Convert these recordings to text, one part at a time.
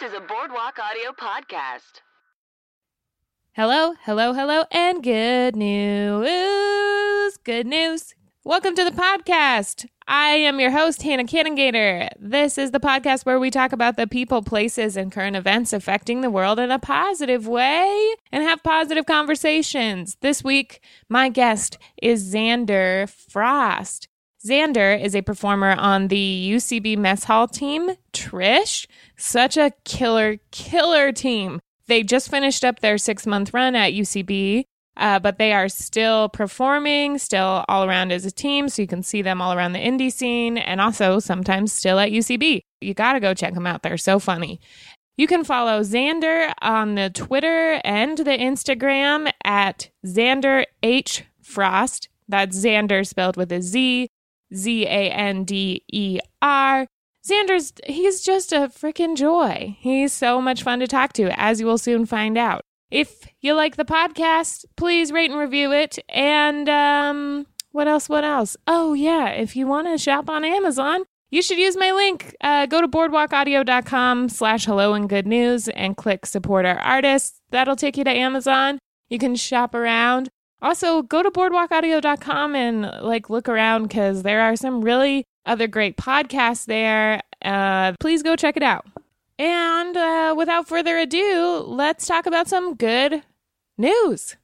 to the Boardwalk Audio Podcast. Hello, hello, hello, and good news. Good news. Welcome to the podcast. I am your host, Hannah Cannongator. This is the podcast where we talk about the people, places, and current events affecting the world in a positive way and have positive conversations. This week, my guest is Xander Frost. Xander is a performer on the UCB mess hall team, Trish. Such a killer, killer team. They just finished up their six month run at UCB, uh, but they are still performing, still all around as a team. So you can see them all around the indie scene and also sometimes still at UCB. You got to go check them out. They're so funny. You can follow Xander on the Twitter and the Instagram at Xander H. Frost. That's Xander spelled with a Z, Z A N D E R. Xander's, he's just a freaking joy. He's so much fun to talk to, as you will soon find out. If you like the podcast, please rate and review it. And um, what else? What else? Oh, yeah. If you want to shop on Amazon, you should use my link. Uh, go to boardwalkaudio.com slash hello and good news and click support our artists. That'll take you to Amazon. You can shop around. Also, go to boardwalkaudio.com and like look around because there are some really other great podcasts there. Uh, please go check it out. And uh, without further ado, let's talk about some good news.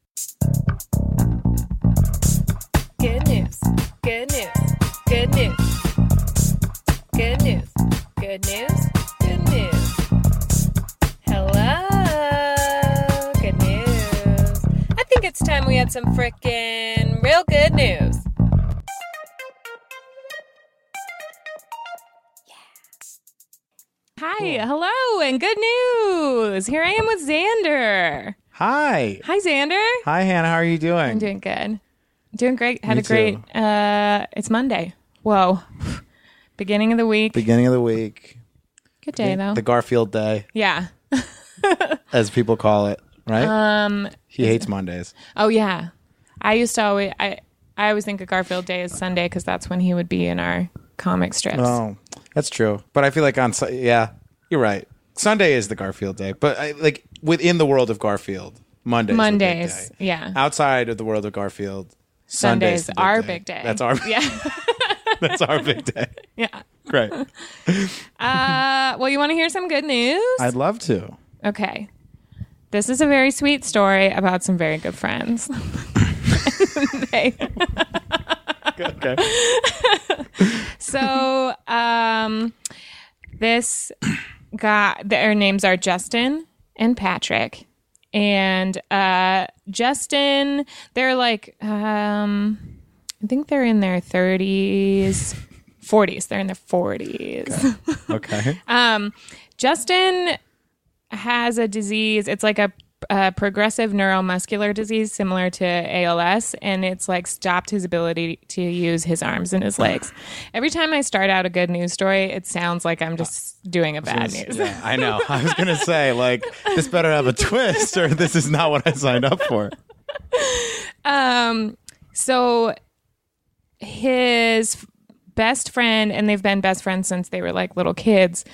Good news. Good news. Good news. Good news. Good news. Good news. Hello. Good news. I think it's time we had some frickin' real good news. Hi, hello, and good news. Here I am with Xander. Hi. Hi, Xander. Hi, Hannah. How are you doing? I'm doing good. Doing great. Had a Me great. Uh, it's Monday. Whoa. Beginning of the week. Beginning of the week. good day though. The Garfield Day, yeah. as people call it, right? Uh, Um, he hates Mondays. Oh yeah. I used to always I I always think of Garfield Day as Sunday because that's when he would be in our comic strips. Oh, that's true. But I feel like on, Su- yeah, you're right. Sunday is the Garfield Day, but I, like within the world of Garfield, Mondays. Mondays, yeah. Outside of the world of Garfield, Sunday's Sunday's the our big day. That's our Yeah. that's our big day. yeah. Great. Uh, well, you want to hear some good news? I'd love to. Okay. This is a very sweet story about some very good friends. They- Okay. so, um, this guy, their names are Justin and Patrick. And uh, Justin, they're like, um, I think they're in their 30s, 40s. They're in their 40s. Okay. Justin has a disease. It's like a, a progressive neuromuscular disease similar to ALS, and it's like stopped his ability to use his arms and his legs. Every time I start out a good news story, it sounds like I'm just doing a bad news. Yeah, I know. I was gonna say like this better have a twist, or this is not what I signed up for. So his f- best friend, and they've been best friends since they were like little kids.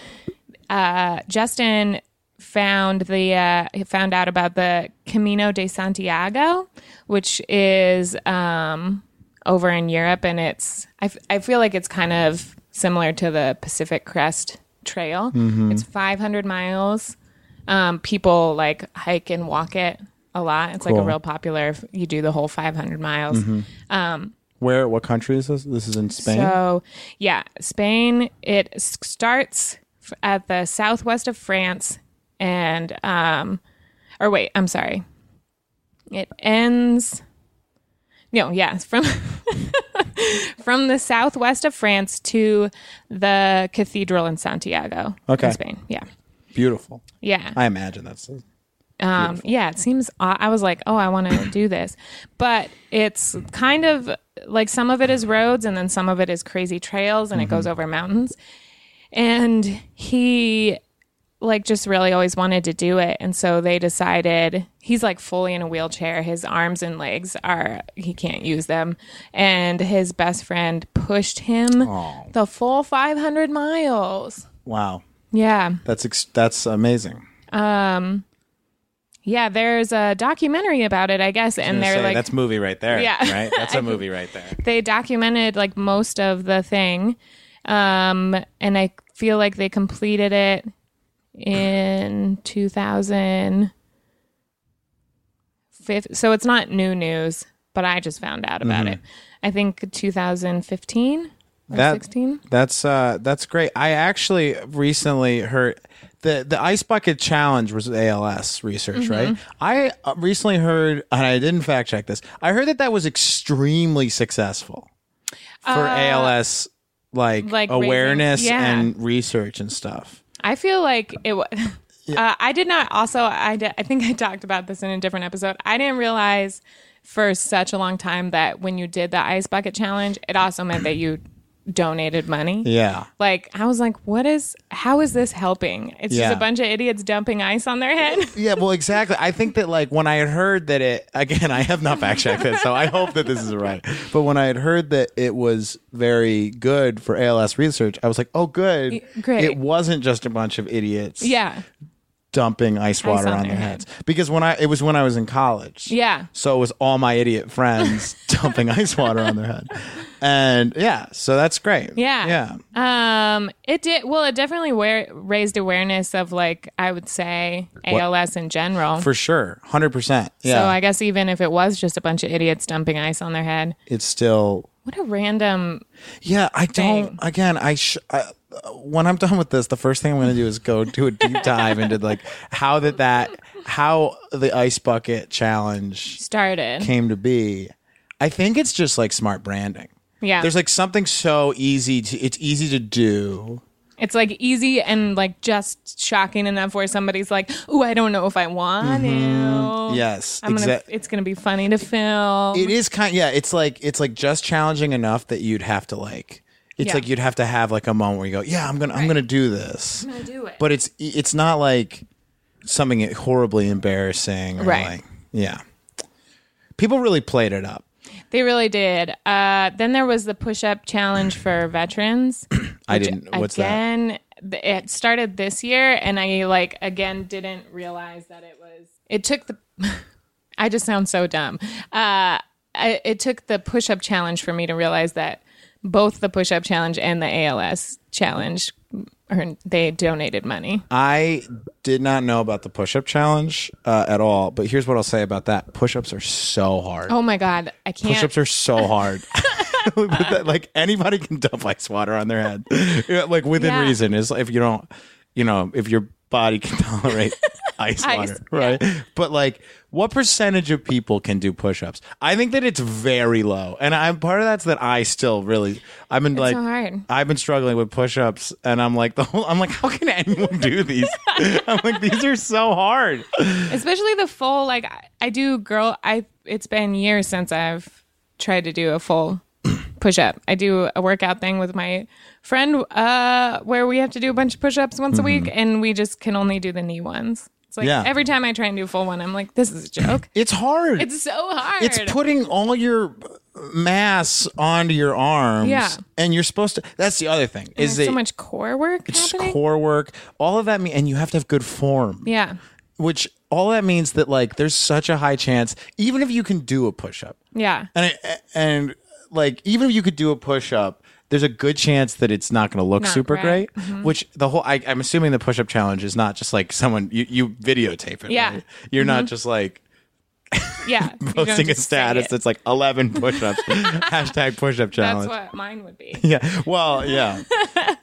Uh, Justin found the uh, he found out about the Camino de Santiago, which is um, over in Europe, and it's I, f- I feel like it's kind of similar to the Pacific Crest Trail. It's 500 miles. Um, people like hike and walk it a lot. It's like Cool. a real popular. if You do the whole 500 miles. Where? What country is this? This is in Spain. So, yeah, Spain. It s- starts f- at the southwest of France, and um, or wait, I'm sorry. It ends. No, yes, from from the southwest of France to the cathedral in Santiago, Okay. in Spain. Yeah, Beautiful. yeah. I imagine that's. Um, yeah, it seems. I I was like, oh, I want to do this, but it's kind of like some of it is roads, and then some of it is crazy trails, and it Mm-hmm. goes over mountains. And he, like, just really always wanted to do it, and so they decided he's like fully in a wheelchair. His arms and legs are he can't use them, and his best friend pushed him the full five hundred miles. oh, Wow. Yeah. That's ex- that's amazing. Um, yeah, there's a documentary about it, I guess, and Gonna they're say, like that's movie right there. Yeah. right. That's a movie right there. they documented like most of the thing, um, and I feel like they completed it in 2000. So it's not new news, but I just found out about it. I think 2015 or That- 16. That's uh, that's great. I actually recently heard the the ice bucket challenge was ALS research, Mm-hmm. right? I uh, recently heard, and I didn't fact check this. I heard that that was extremely successful for ALS, like, Uh, like raising- awareness yeah. and research and stuff. I feel like it was. Uh, I did not. Also, I di- I think I talked about this in a different episode. I didn't realize for such a long time that when you did the ice bucket challenge, it also meant that you donated money. Yeah, Like I was like, what is? How is this helping? It's Yeah. just a bunch of idiots dumping ice on their head. yeah. Well, exactly. I think that like when I had heard that it again, I have not fact checked this, so I hope that this is right. But when I had heard that it was very good for ALS research, I was like, oh, good. great. It wasn't just a bunch of idiots. yeah, dumping ice water on on their their heads because when I it was when I was in college. Yeah. So it was all my idiot friends dumping ice water on their head. And yeah, so that's great. yeah, Yeah. yeah. Um, it did. Well, it definitely wa- raised awareness of like I would say ALS in general. For sure. 100%. Yeah. So I guess even if it was just a bunch of idiots dumping ice on their head, it's still What a random. Yeah, I don't Thing. again, I, sh- I when I'm done with this, the first thing I'm going to do is go do a deep dive into like how did that how the ice bucket challenge Started. came to be. I think it's just like smart branding. yeah. There's like something so easy to it's easy to do. it's like easy and like just shocking enough where somebody's like, "Ooh, I don't know if I want to." Yes, I'm gonna, Mm-hmm. exact- it's going to be funny to film. It is kind yeah, it's like it's like just challenging enough that you'd have to like it's Yeah. like you'd have to have like a moment where you go, "Yeah, I'm going to I'm going to do this." I do it. But it's it's not like something horribly embarrassing or Right. like yeah. People really played it up. they really did. Uh, then there was the push-up challenge for veterans. I didn't what's that? again, th- it started this year, and I like again didn't realize that it was. It took the. I just sound so dumb. Uh, I, it took the push-up challenge for me to realize that both the push-up challenge and the ALS challenge, mm, earned, they donated money. I did not know about the push-up challenge uh, at all, but here's what I'll say about that. Push-ups are so hard. Oh my god, I can't. Push-ups are so hard. But that- like anybody can dump ice water on their head, Yeah, like within Yeah. reason. Is if you don't, you know, if your body can tolerate ice Ice, water, right? But like, what percentage of people can do push-ups? I think that it's very low, and I'm part of that's that I still really I've been like so hard. I've been struggling with push-ups, and I'm like the whole I'm like how can anyone do these? I'm like these are so hard. especially the full like I, I do girl i it's been years since i've tried to do a full push up i do a workout thing with my friend uh where we have to do a bunch of push ups once a week and we just can only do the knee ones it's like Mm-hmm. Yeah. every time i try and do a full one i'm like this is a joke It's hard. it's so hard It's putting all your mass onto your arms. Yeah. And you're supposed to that's the other thing. There's Is that so much core work it's happening core work. All of that mean and you have to have good form. yeah Which all that means that like there's such a high chance, even if you can do a push up. yeah And I, and like even if you could do a push up, there's a good chance that it's not going to look Not super right. Mm-hmm. great. Which the whole I, I'm assuming the push up challenge is not just like someone you, you videotape it. Yeah. Mm-hmm. right? you're not just like yeah You don't posting a just say status it. that's like 11 push-ups hashtag push-up that's challenge what mine would be yeah well yeah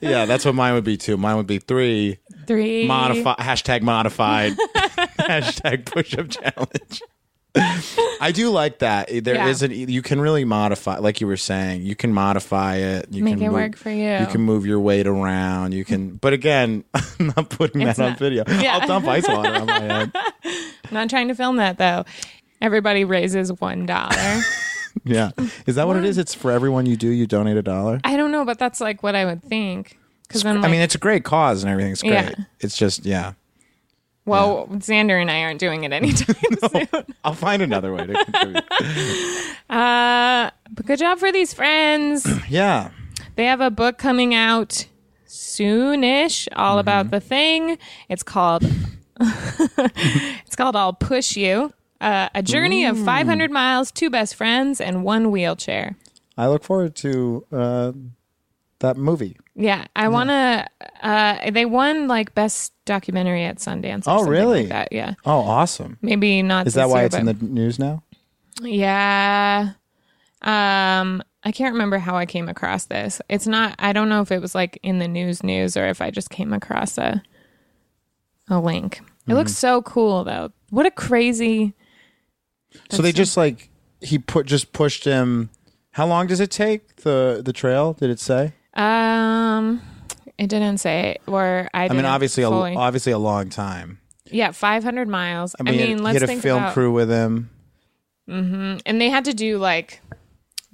yeah that's what mine would be too mine would be three three modify hashtag modified hashtag push-up challenge i do like that There Yeah. not you can really modify like you were saying you can modify it you Make can it move- work for you. you can move your weight around you can but again i'm not putting that on not- video Yeah. i'll dump ice water on my head not trying to film that though everybody raises one dollar yeah is that what it is it's for everyone you do you donate a dollar I don't know, but that's like what I would think. Because I'm like, I mean, it's a great cause and everything's great. Yeah. It's just, yeah. well, Xander and I aren't doing it anytime soon. I'll find another way to contribute. Uh, but good job for these friends. yeah. They have a book coming out soonish, all Mm-hmm. about the thing. It's called it's called I'll Push You. Uh, a journey of 500 miles, two best friends, and one wheelchair. I look forward to uh, that movie. Yeah, I want to. Uh, they won like best documentary at Sundance. or Oh, something really? Like that. Yeah, Oh, awesome! maybe not. Is that why it's in the news now? Yeah. Um, I can't remember how I came across this. It's not. I don't know if it was like in the news news or if I just came across a a link. It looks Mm-hmm. so cool though. What a crazy. so they just like he put just pushed him. How long does it take the the trail? Did it say? Um, it didn't say it, or I. I mean, didn't obviously, a, fully- obviously a long time. yeah, five hundred miles. I mean, he let's had a think film about, crew with him. and they had to do like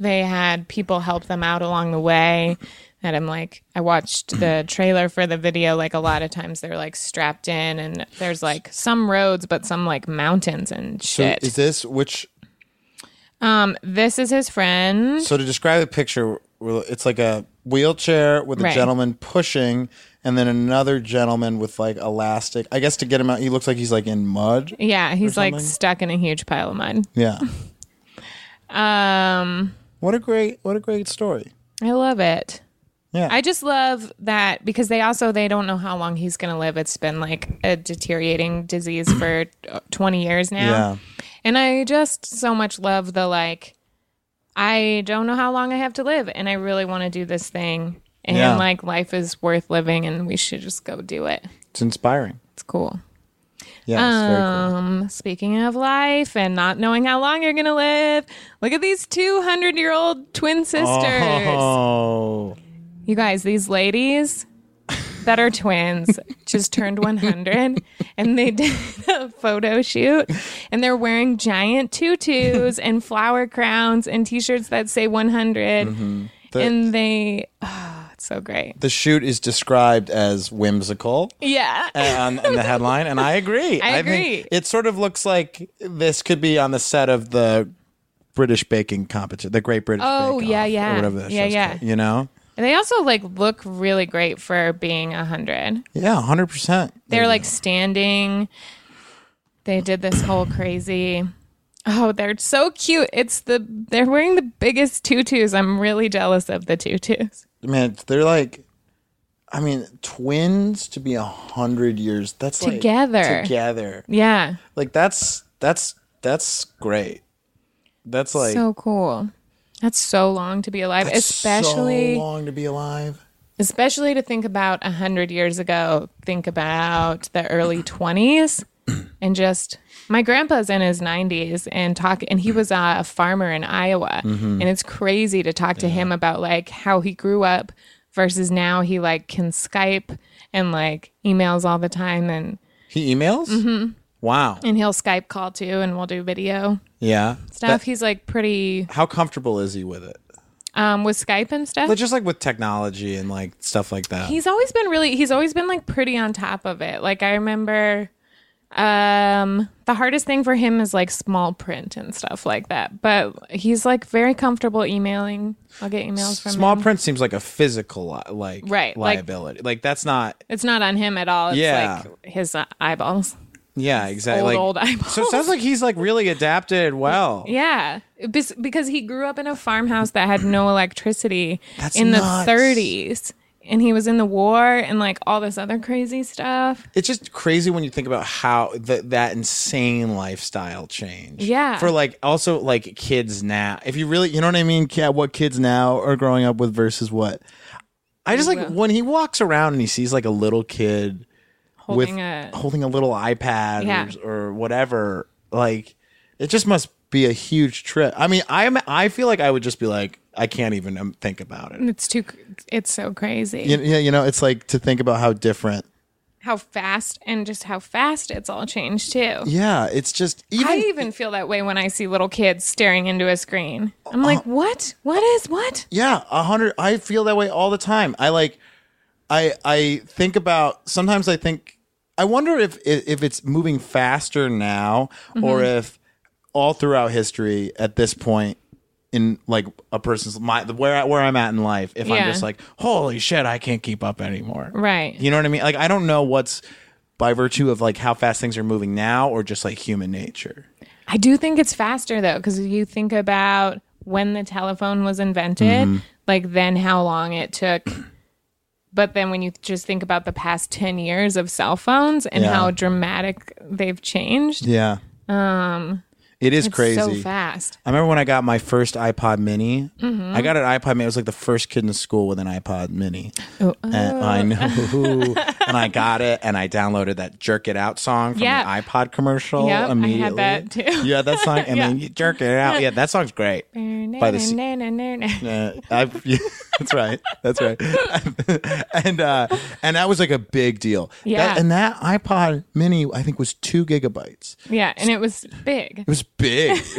they had people help them out along the way and i'm like i watched the trailer for the video like a lot of times they're like strapped in and there's like some roads but some like mountains and So shit is this which? um this is his friend So to describe the picture, we're- it's like a wheelchair with a Right. gentleman pushing, and then another gentleman with like elastic. I guess to get him out, he looks like he's like in mud. yeah he's like something? stuck in a huge pile of mud Yeah. um What a great what a great story. i love it Yeah. I just love that because they also they don't know how long he's going to live. It's been like a deteriorating disease for 20 years now. Yeah. And I just so much love the like I don't know how long I have to live and I really want to do this thing and Yeah. like life is worth living and we should just go do it. it's inspiring. It's cool. Yeah. It's very cool. Um, speaking of life and not knowing how long you're going to live, look at these 200-year-old twin sisters. Oh. You guys, these ladies that are twins just turned 100 and they did a photo shoot and they're wearing giant tutus and flower crowns and t-shirts that say 100 The- and they oh, it's so great. the shoot is described as whimsical Yeah. on, on the headline, and I agree. I agree. think it sort of looks like this could be on the set of the British baking competition, the Great British. Oh, Bake yeah, Off, yeah. or whatever that Yeah, show's yeah. called, you know, And they also like look really great for being 100. yeah, hundred percent. They're like standing. They did this whole crazy. Oh, they're so cute. It's the they're wearing the biggest tutus. I'm really jealous of the tutus. man, they're like, I mean, twins to be a hundred years. That's like- Together. together. Yeah. Like that's that's that's great. That's like so cool. That's so long to be alive, that's especially so long to be alive. especially to think about a 100 years ago, think about the early 20s and just my grandpa's in his 90s and talk and he was uh, a farmer in Iowa Mm-hmm. and it's crazy to talk to him about like how he grew up versus now he like can Skype and like emails all the time and He emails. Mm-hmm. Wow. and he'll Skype call too and we'll do video Yeah. stuff. That- He's like pretty how comfortable is he with it? um with Skype and stuff. But just like with technology and like stuff like that. He's always been really he's always been like pretty on top of it. Like I remember um the hardest thing for him is like small print and stuff like that. But he's like very comfortable emailing. I'll get emails from Small him. print seems like a physical li- like Right, like- liability. Like, that's not It's not on him at all. It's Yeah. like his uh, eyeballs. yeah exactly old, like, old eyeballs. So it sounds like he's like really adapted well. Yeah, Bes- because he grew up in a farmhouse that had no electricity That's in nuts. the 30s. And he was in the war and like all this other crazy stuff. It's just crazy when you think about how th- that insane lifestyle change. Yeah. For like also like kids now. If you really, you know what I mean? Yeah, what kids now are growing up with versus what. I just like when he walks around and he sees like a little kid Holding with a holding a little iPad Yeah. or, or whatever. Like it just must be a huge trip. I mean, I'm I feel like I would just be like I can't even um, think about it. it's too cr- it's so crazy. You, you know, it's like to think about how different. how fast and just how fast it's all changed too. Yeah, it's just even I even feel that way when I see little kids staring into a screen. I'm Uh-huh. like, what? What is what? yeah, a hundred. I feel that way all the time. I like, I I think about sometimes. I think I wonder if if it's moving Mm-hmm. faster now or if all throughout history at this point in like a person's my where I- where I'm at in life if I'm Yeah. just like holy shit I can't keep up anymore. Right. You know what I mean? Like I don't know what's by virtue of like how fast things are moving now or just like human nature. I do think it's faster though, because you think about when the telephone was invented, Mm-hmm. like then how long it took. But then when you just think about the past 10 years of cell phones and Yeah. how dramatic they've changed, Yeah. Um it is it's crazy. so fast. I remember when I got my first iPod Mini. Mm-hmm. I got an iPod Mini. I was like the first kid in school with an iPod Mini. Oh, And I know. and I got it, and I downloaded that "Jerk It Out" song from Yep. the iPod commercial Yep, I had immediately. that too. Yeah, that song, and Yeah. then you jerk it out. Yeah, that song's great. By the sea. Uh, I, yeah, that's right. That's right. and uh, and that was like a big deal. Yeah. That, and that iPod Mini, I think, was two gigabytes. yeah, and it was big. It was big. It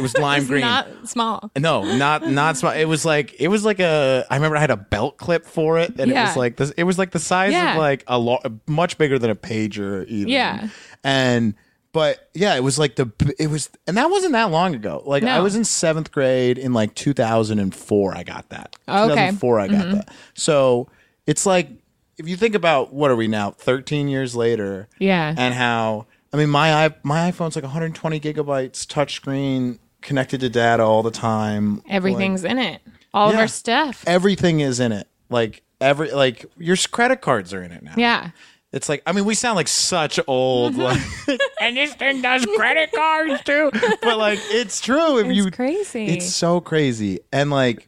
was lime It's green. not small. No, not not small. It was like it was like a. I remember I had a belt clip for it, and it Yeah. was like this. It was like the size Yeah. of like a lot, much bigger than a pager. Even. Yeah. and but yeah, it was like the. b- It was, and that wasn't that long ago. Like I No. was in seventh grade in like 2004. I got that. Oh, Okay. Mm-hmm. 2004. I got that. So it's like if you think about what are we now? 13 years later Yeah. and how I mean my i- my iPhone's like 120 gigabytes touchscreen connected to data all the time. Everything's in it. All of Yeah. our stuff. Everything is in it. Like every like your s- credit cards are in it now. yeah. It's like I mean we sound like such old like Mm-hmm. And this thing does credit cards too. but like it's true if you It's crazy. It's so crazy. And like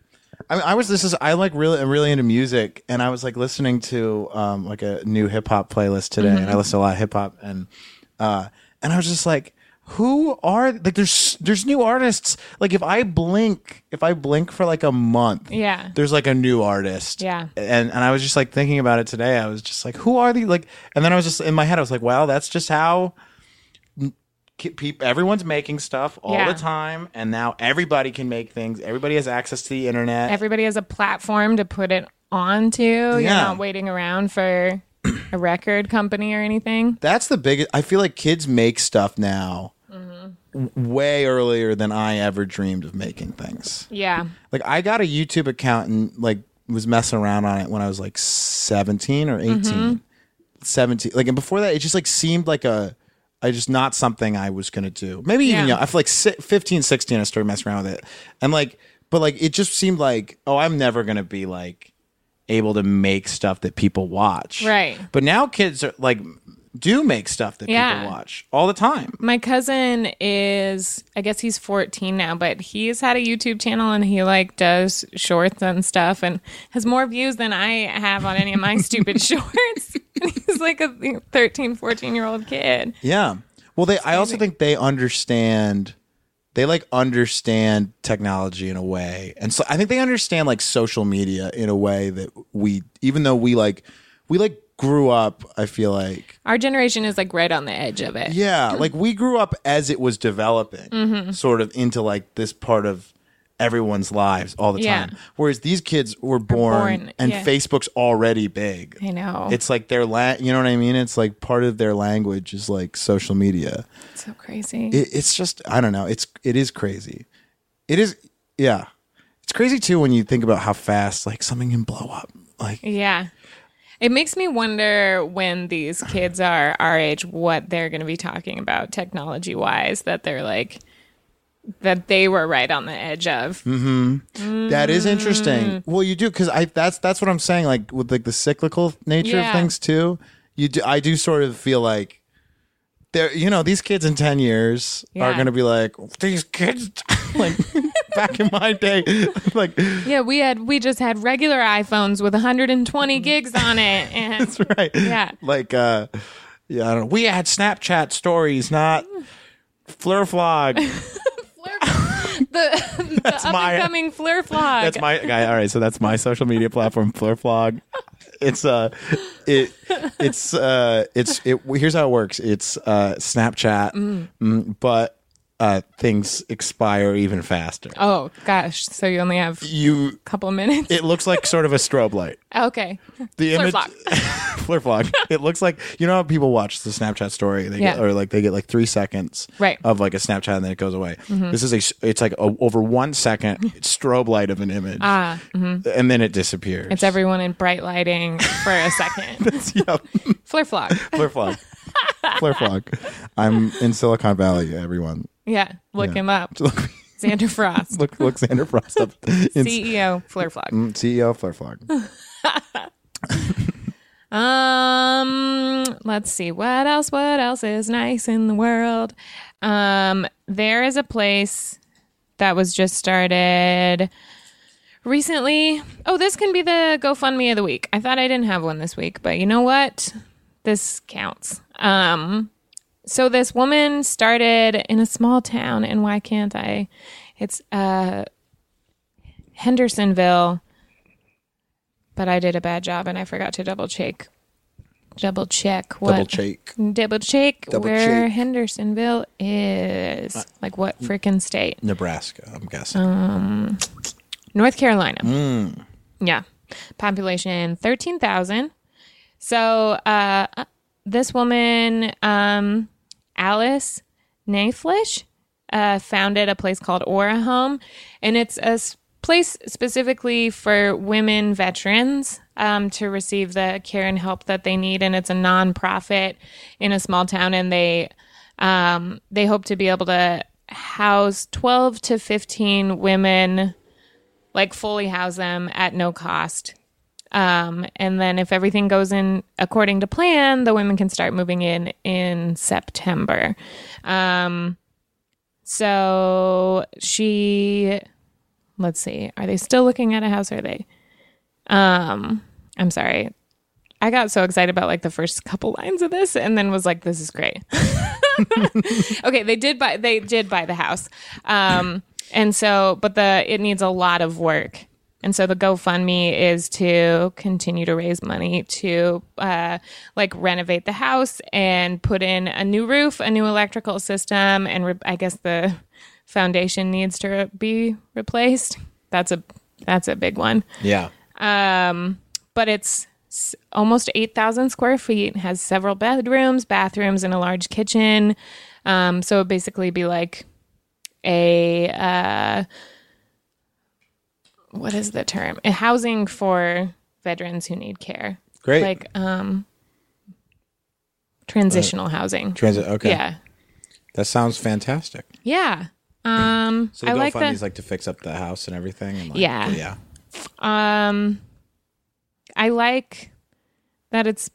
I, mean, I was this is I like really I'm really into music and I was like listening to um like a new hip hop playlist today and I Mm-hmm. listen to a lot of hip hop and uh and I was just like who are like there's there's new artists like if I blink if I blink for like a month Yeah. there's like a new artist Yeah. and and I was just like thinking about it today I was just like who are the like and then I was just in my head I was like wow that's just how ki- peop- everyone's making stuff all Yeah. the time and now everybody can make things everybody has access to the internet everybody has a platform to put it onto. You're Yeah. not waiting around for a record company or anything. that's the biggest i feel like kids make stuff now w- way earlier than i ever dreamed of making things Yeah. like i got a youtube account and like was messing around on it when i was like 17 or 18 Mm-hmm. 17 like and before that it just like seemed like a I just not something I was gonna do. Maybe even Yeah. young. I feel like si- 15, 16, I started messing around with it, and like, but like, it just seemed like, oh, I'm never gonna be like able to make stuff that people watch, Right. But now kids are like, do make stuff that Yeah. people watch all the time. My cousin is, I guess he's 14 now, but he's had a YouTube channel and he like does shorts and stuff and has more views than I have on any of my stupid shorts. And he's like a 13, 14 year old kid. Yeah. Well, they. I also think they understand. They like understand technology in a way, and so I think they understand like social media in a way that we, even though we like, we like grew up. I feel like, Our generation is like right on the edge of it. yeah, like we grew up as it was developing, Mm-hmm. sort of into like this part of everyone's lives all the Yeah. time. Whereas these kids were born, born, and yeah. Facebook's already big. I know. It's It's like their la- you know what I mean? It's like part of their language is like social media so crazy. it, it's just I don't know. It's it is crazy. It is yeah. It's crazy too when you think about how fast like something can blow up. Like Yeah. It makes me wonder when these kids are our age what they're going to be talking about technology wise that they're like, that they were right on the edge of. Mm. that is Mm. interesting. Well, you do because I that's that's what I'm saying. Like with like the cyclical nature Yeah. of things too. You do I do sort of feel like there. You know these kids in ten years are Yeah. going to be like these kids like back in my day like Yeah, we had, we just had regular iPhones with 120 gigs on it. And Mm. right. Yeah. Like, uh, yeah, I don't know. We had Snapchat stories, not Flurflog. the, the That's up my- and coming Fleur Flog. That's my guy. All right, so that's my social media platform, Flurflog. It's uh, it it's uh, it's it. Here's how it works. It's uh, Snapchat, mm, but uh, things expire even faster. oh, gosh. So you only have a You. couple minutes? It looks like sort of a strobe light. okay. The Fleur image Flog. Flipler vlog. it looks like you know how people watch the Snapchat story, they get, Yeah. or like they get like three seconds Right. Mm-hmm. of like a Snapchat and then it goes away. This is a s- it's like a, over one second strobe light of an image, Ah, and then it disappears. it's everyone in bright lighting for a second. yeah. Flip flop. Flip flop. Flip flop. I'm in Silicon Valley, everyone. Yeah, look him up. Look, Xander Frost, look, look Xander Frost up. It's CEO, Flip flop. CEO E of Flip flop. Um, let's see what else. What else is nice in the world? Um, there is a place that was just started recently. Oh, this can be the GoFundMe of the week. I thought I didn't have one this week, but you know what? This counts. Um, so this woman started in a small town, and why can't I? It's uh, Hendersonville but I did a bad job and I forgot to double check. Double check what? Double shake. Double check Double where check. Uh, Hendersonville is. like what freaking state? Nebraska, I'm guessing. Oh. North Carolina. Yeah. Population 13,000. So uh, uh, this woman, um, Alice Naflish, uh, founded a place called Aura Home. And it's a s- place specifically for women veterans um, to receive the care and help that they need. And it's a nonprofit in a small town. And they um, they hope to be able to house 12 to 15 women like fully house them at no cost. Um, and then if everything goes in according to plan, the women can start moving in in September. Um, so she, let's see, are they still looking at a house? Or are they? Um, I'm sorry. I got so excited about like the first couple lines of this and then was like, this is great okay they did buy they did buy the house um and so but the it needs a lot of work and so the gofundme is to continue to raise money to uh, like renovate the house and put in a new roof a new electrical system and re- i guess the foundation needs to re- be replaced that's a that's a big one yeah. um, but it's s- almost 8,000 square feet, and has several bedrooms, bathrooms, and a large kitchen. Um, so it'd basically be like a, uh, what is the term? A housing for veterans who need care. Great. Like, um, transitional housing. Transit. Uh, Okay. Yeah. That sounds fantastic. Yeah. Um, So I the like GoFundMe's that. like to fix up the house and everything. And like, Yeah. Yeah. Um, I like that it's.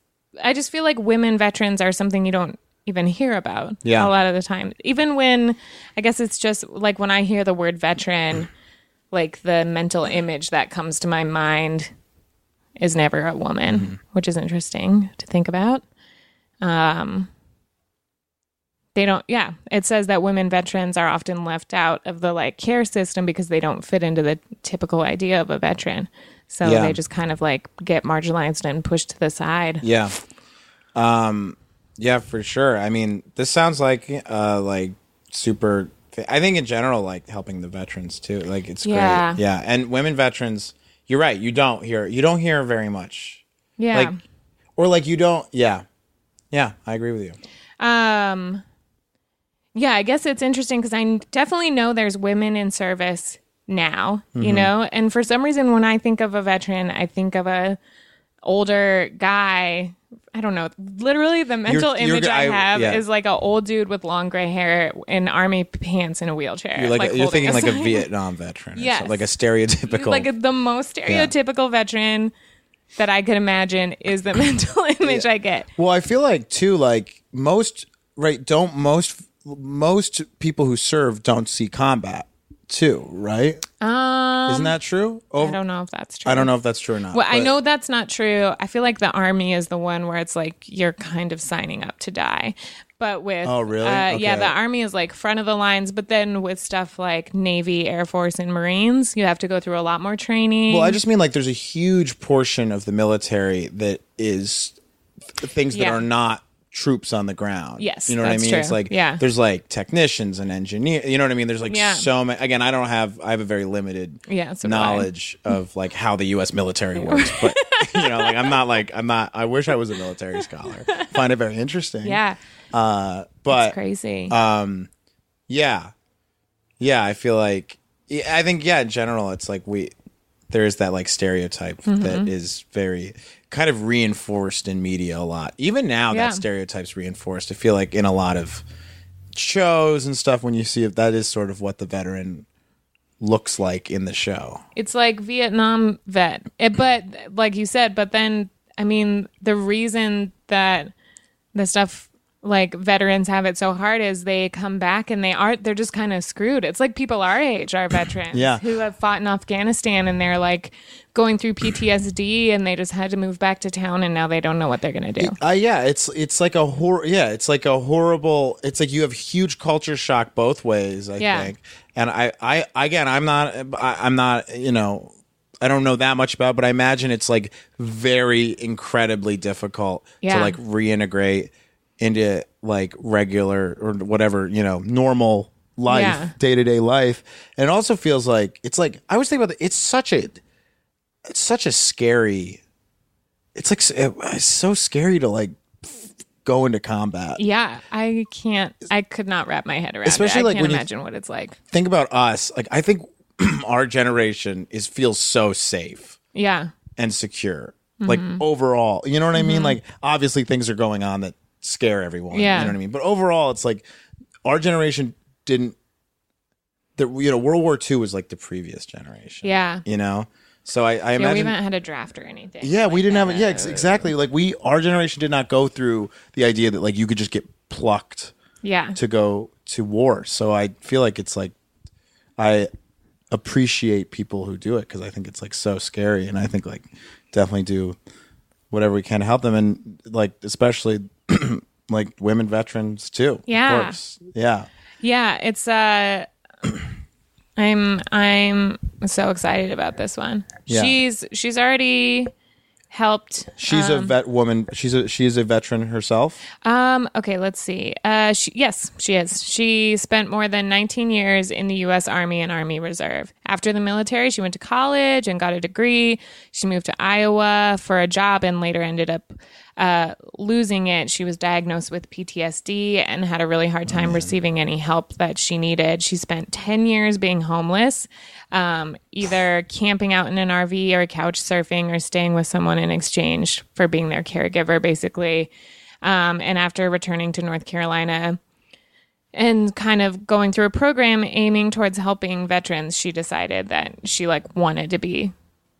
I just feel like women veterans are something you don't even hear about Yeah. a lot of the time. Even when I guess it's just like when I hear the word veteran, like the mental image that comes to my mind is never a woman, which is interesting to think about. Um, they don't, yeah. It says that women veterans are often left out of the like care system because they don't fit into the typical idea of a veteran. So Yeah. they just kind of like get marginalized and pushed to the side. Yeah. Um yeah, for sure. I mean, this sounds like uh like super I think in general like helping the veterans too. Like it's Yeah. great. Yeah. And women veterans, you're right. You don't hear you don't hear very much. Yeah. Like or like you don't yeah. Yeah, I agree with you. Um, yeah, I guess it's interesting because I definitely know there's women in service now, Mm-hmm. you know, and for some reason when I think of a veteran, I think of a older guy. I don't know. Literally, the mental you're- image I I- have yeah. is like an old dude with long gray hair in army pants and a wheelchair. You're like, you're holding thinking like a sign. Vietnam veteran. or Yes. something, Like a stereotypical Like the most stereotypical veteran that I could imagine is the mental image I get. Well, I feel like too, like most right, don't most most people who serve don't see combat too, right? Um, Isn't that true? Over, I don't know if that's true. I don't know if that's true or not. Well, I but- know that's not true. I feel like the army is the one where it's like you're kind of signing up to die. But with Oh, really? uh, yeah, Okay. the army is like front of the lines. But then with stuff like Navy, Air Force, and Marines, you have to go through a lot more training. Well, I just mean like there's a huge portion of the military that is th- things that Yeah. are not troops on the ground. Yes, you know what I that's mean. It's true. like Yeah. there's like technicians and engineers. You know what I mean. There's like Yeah. so many. Again, I don't have. I have a very limited Yeah, so do I. knowledge of like how the U.S. military works, but you know, like I'm not like I'm not. I wish I was a military scholar. Find it very interesting. Yeah. Uh, but Crazy. yeah. Yeah, I feel like yeah, I think yeah, in general it's like we there is that like stereotype that is very kind of reinforced in media a lot. Even now Yeah. that stereotype's reinforced. I feel like in a lot of shows and stuff when you see it that is sort of what the veteran looks like in the show. it's like Vietnam vet. It, but like you said, but then I mean the reason that the stuff like veterans have it so hard is they come back and they aren't they're just kind of screwed. It's like people our age are veterans Yeah. who have fought in Afghanistan and they're like going through PTSD and they just had to move back to town and now they don't know what they're going to do. Uh, yeah, it's it's like a hor yeah, it's like a horrible it's like you have huge culture shock both ways, I Yeah. think. And I I again, I'm not I, I'm not, you know, I don't know that much about, it, but I imagine it's like very incredibly difficult Yeah. to like reintegrate into like regular or whatever, you know, normal Yeah. life, day-to-day life. And it also feels like it's like I was thinking about it, it's such a it's such a scary it's like s- it- it's so scary to like go into combat Yeah, I can't. I could not wrap my head around. Especially, it. I like, can't when you- imagine what it's like. think about us like i think our generation is feels so safe Yeah, and secure like Mm-hmm. overall you know what i mean like obviously things are going on that scare everyone Yeah. you know what i mean but overall it's like our generation didn't the you know world war ii was like the previous generation yeah. you know so i, I yeah we imagine haven't had a draft or anything. Yeah, we didn't have it. Yeah, ex- exactly. Like we, our generation did not go through the idea that like you could just get plucked Yeah. to go to war. So I feel like it's like I appreciate people who do it because I think it's like so scary, and I think like definitely do whatever we can to help them, and like especially like women veterans too. of Yeah. course. yeah. Yeah, it's uh I'm I'm so excited about this one. Yeah. She's she's already helped. She's a vet woman. She's a she's a veteran herself. Um okay, let's see. Uh she, yes, she is. She spent more than 19 years in the US Army and Army Reserve. After the military, she went to college and got a degree. She moved to Iowa for a job and later ended up uh, losing it. She was diagnosed with PTSD and had a really hard time receiving any help that she needed. She spent 10 years being homeless, um, either camping out in an RV or couch surfing or staying with someone in exchange for being their caregiver, basically. Um, and after returning to North Carolina, and kind of going through a program aiming towards helping veterans she decided that she like wanted to be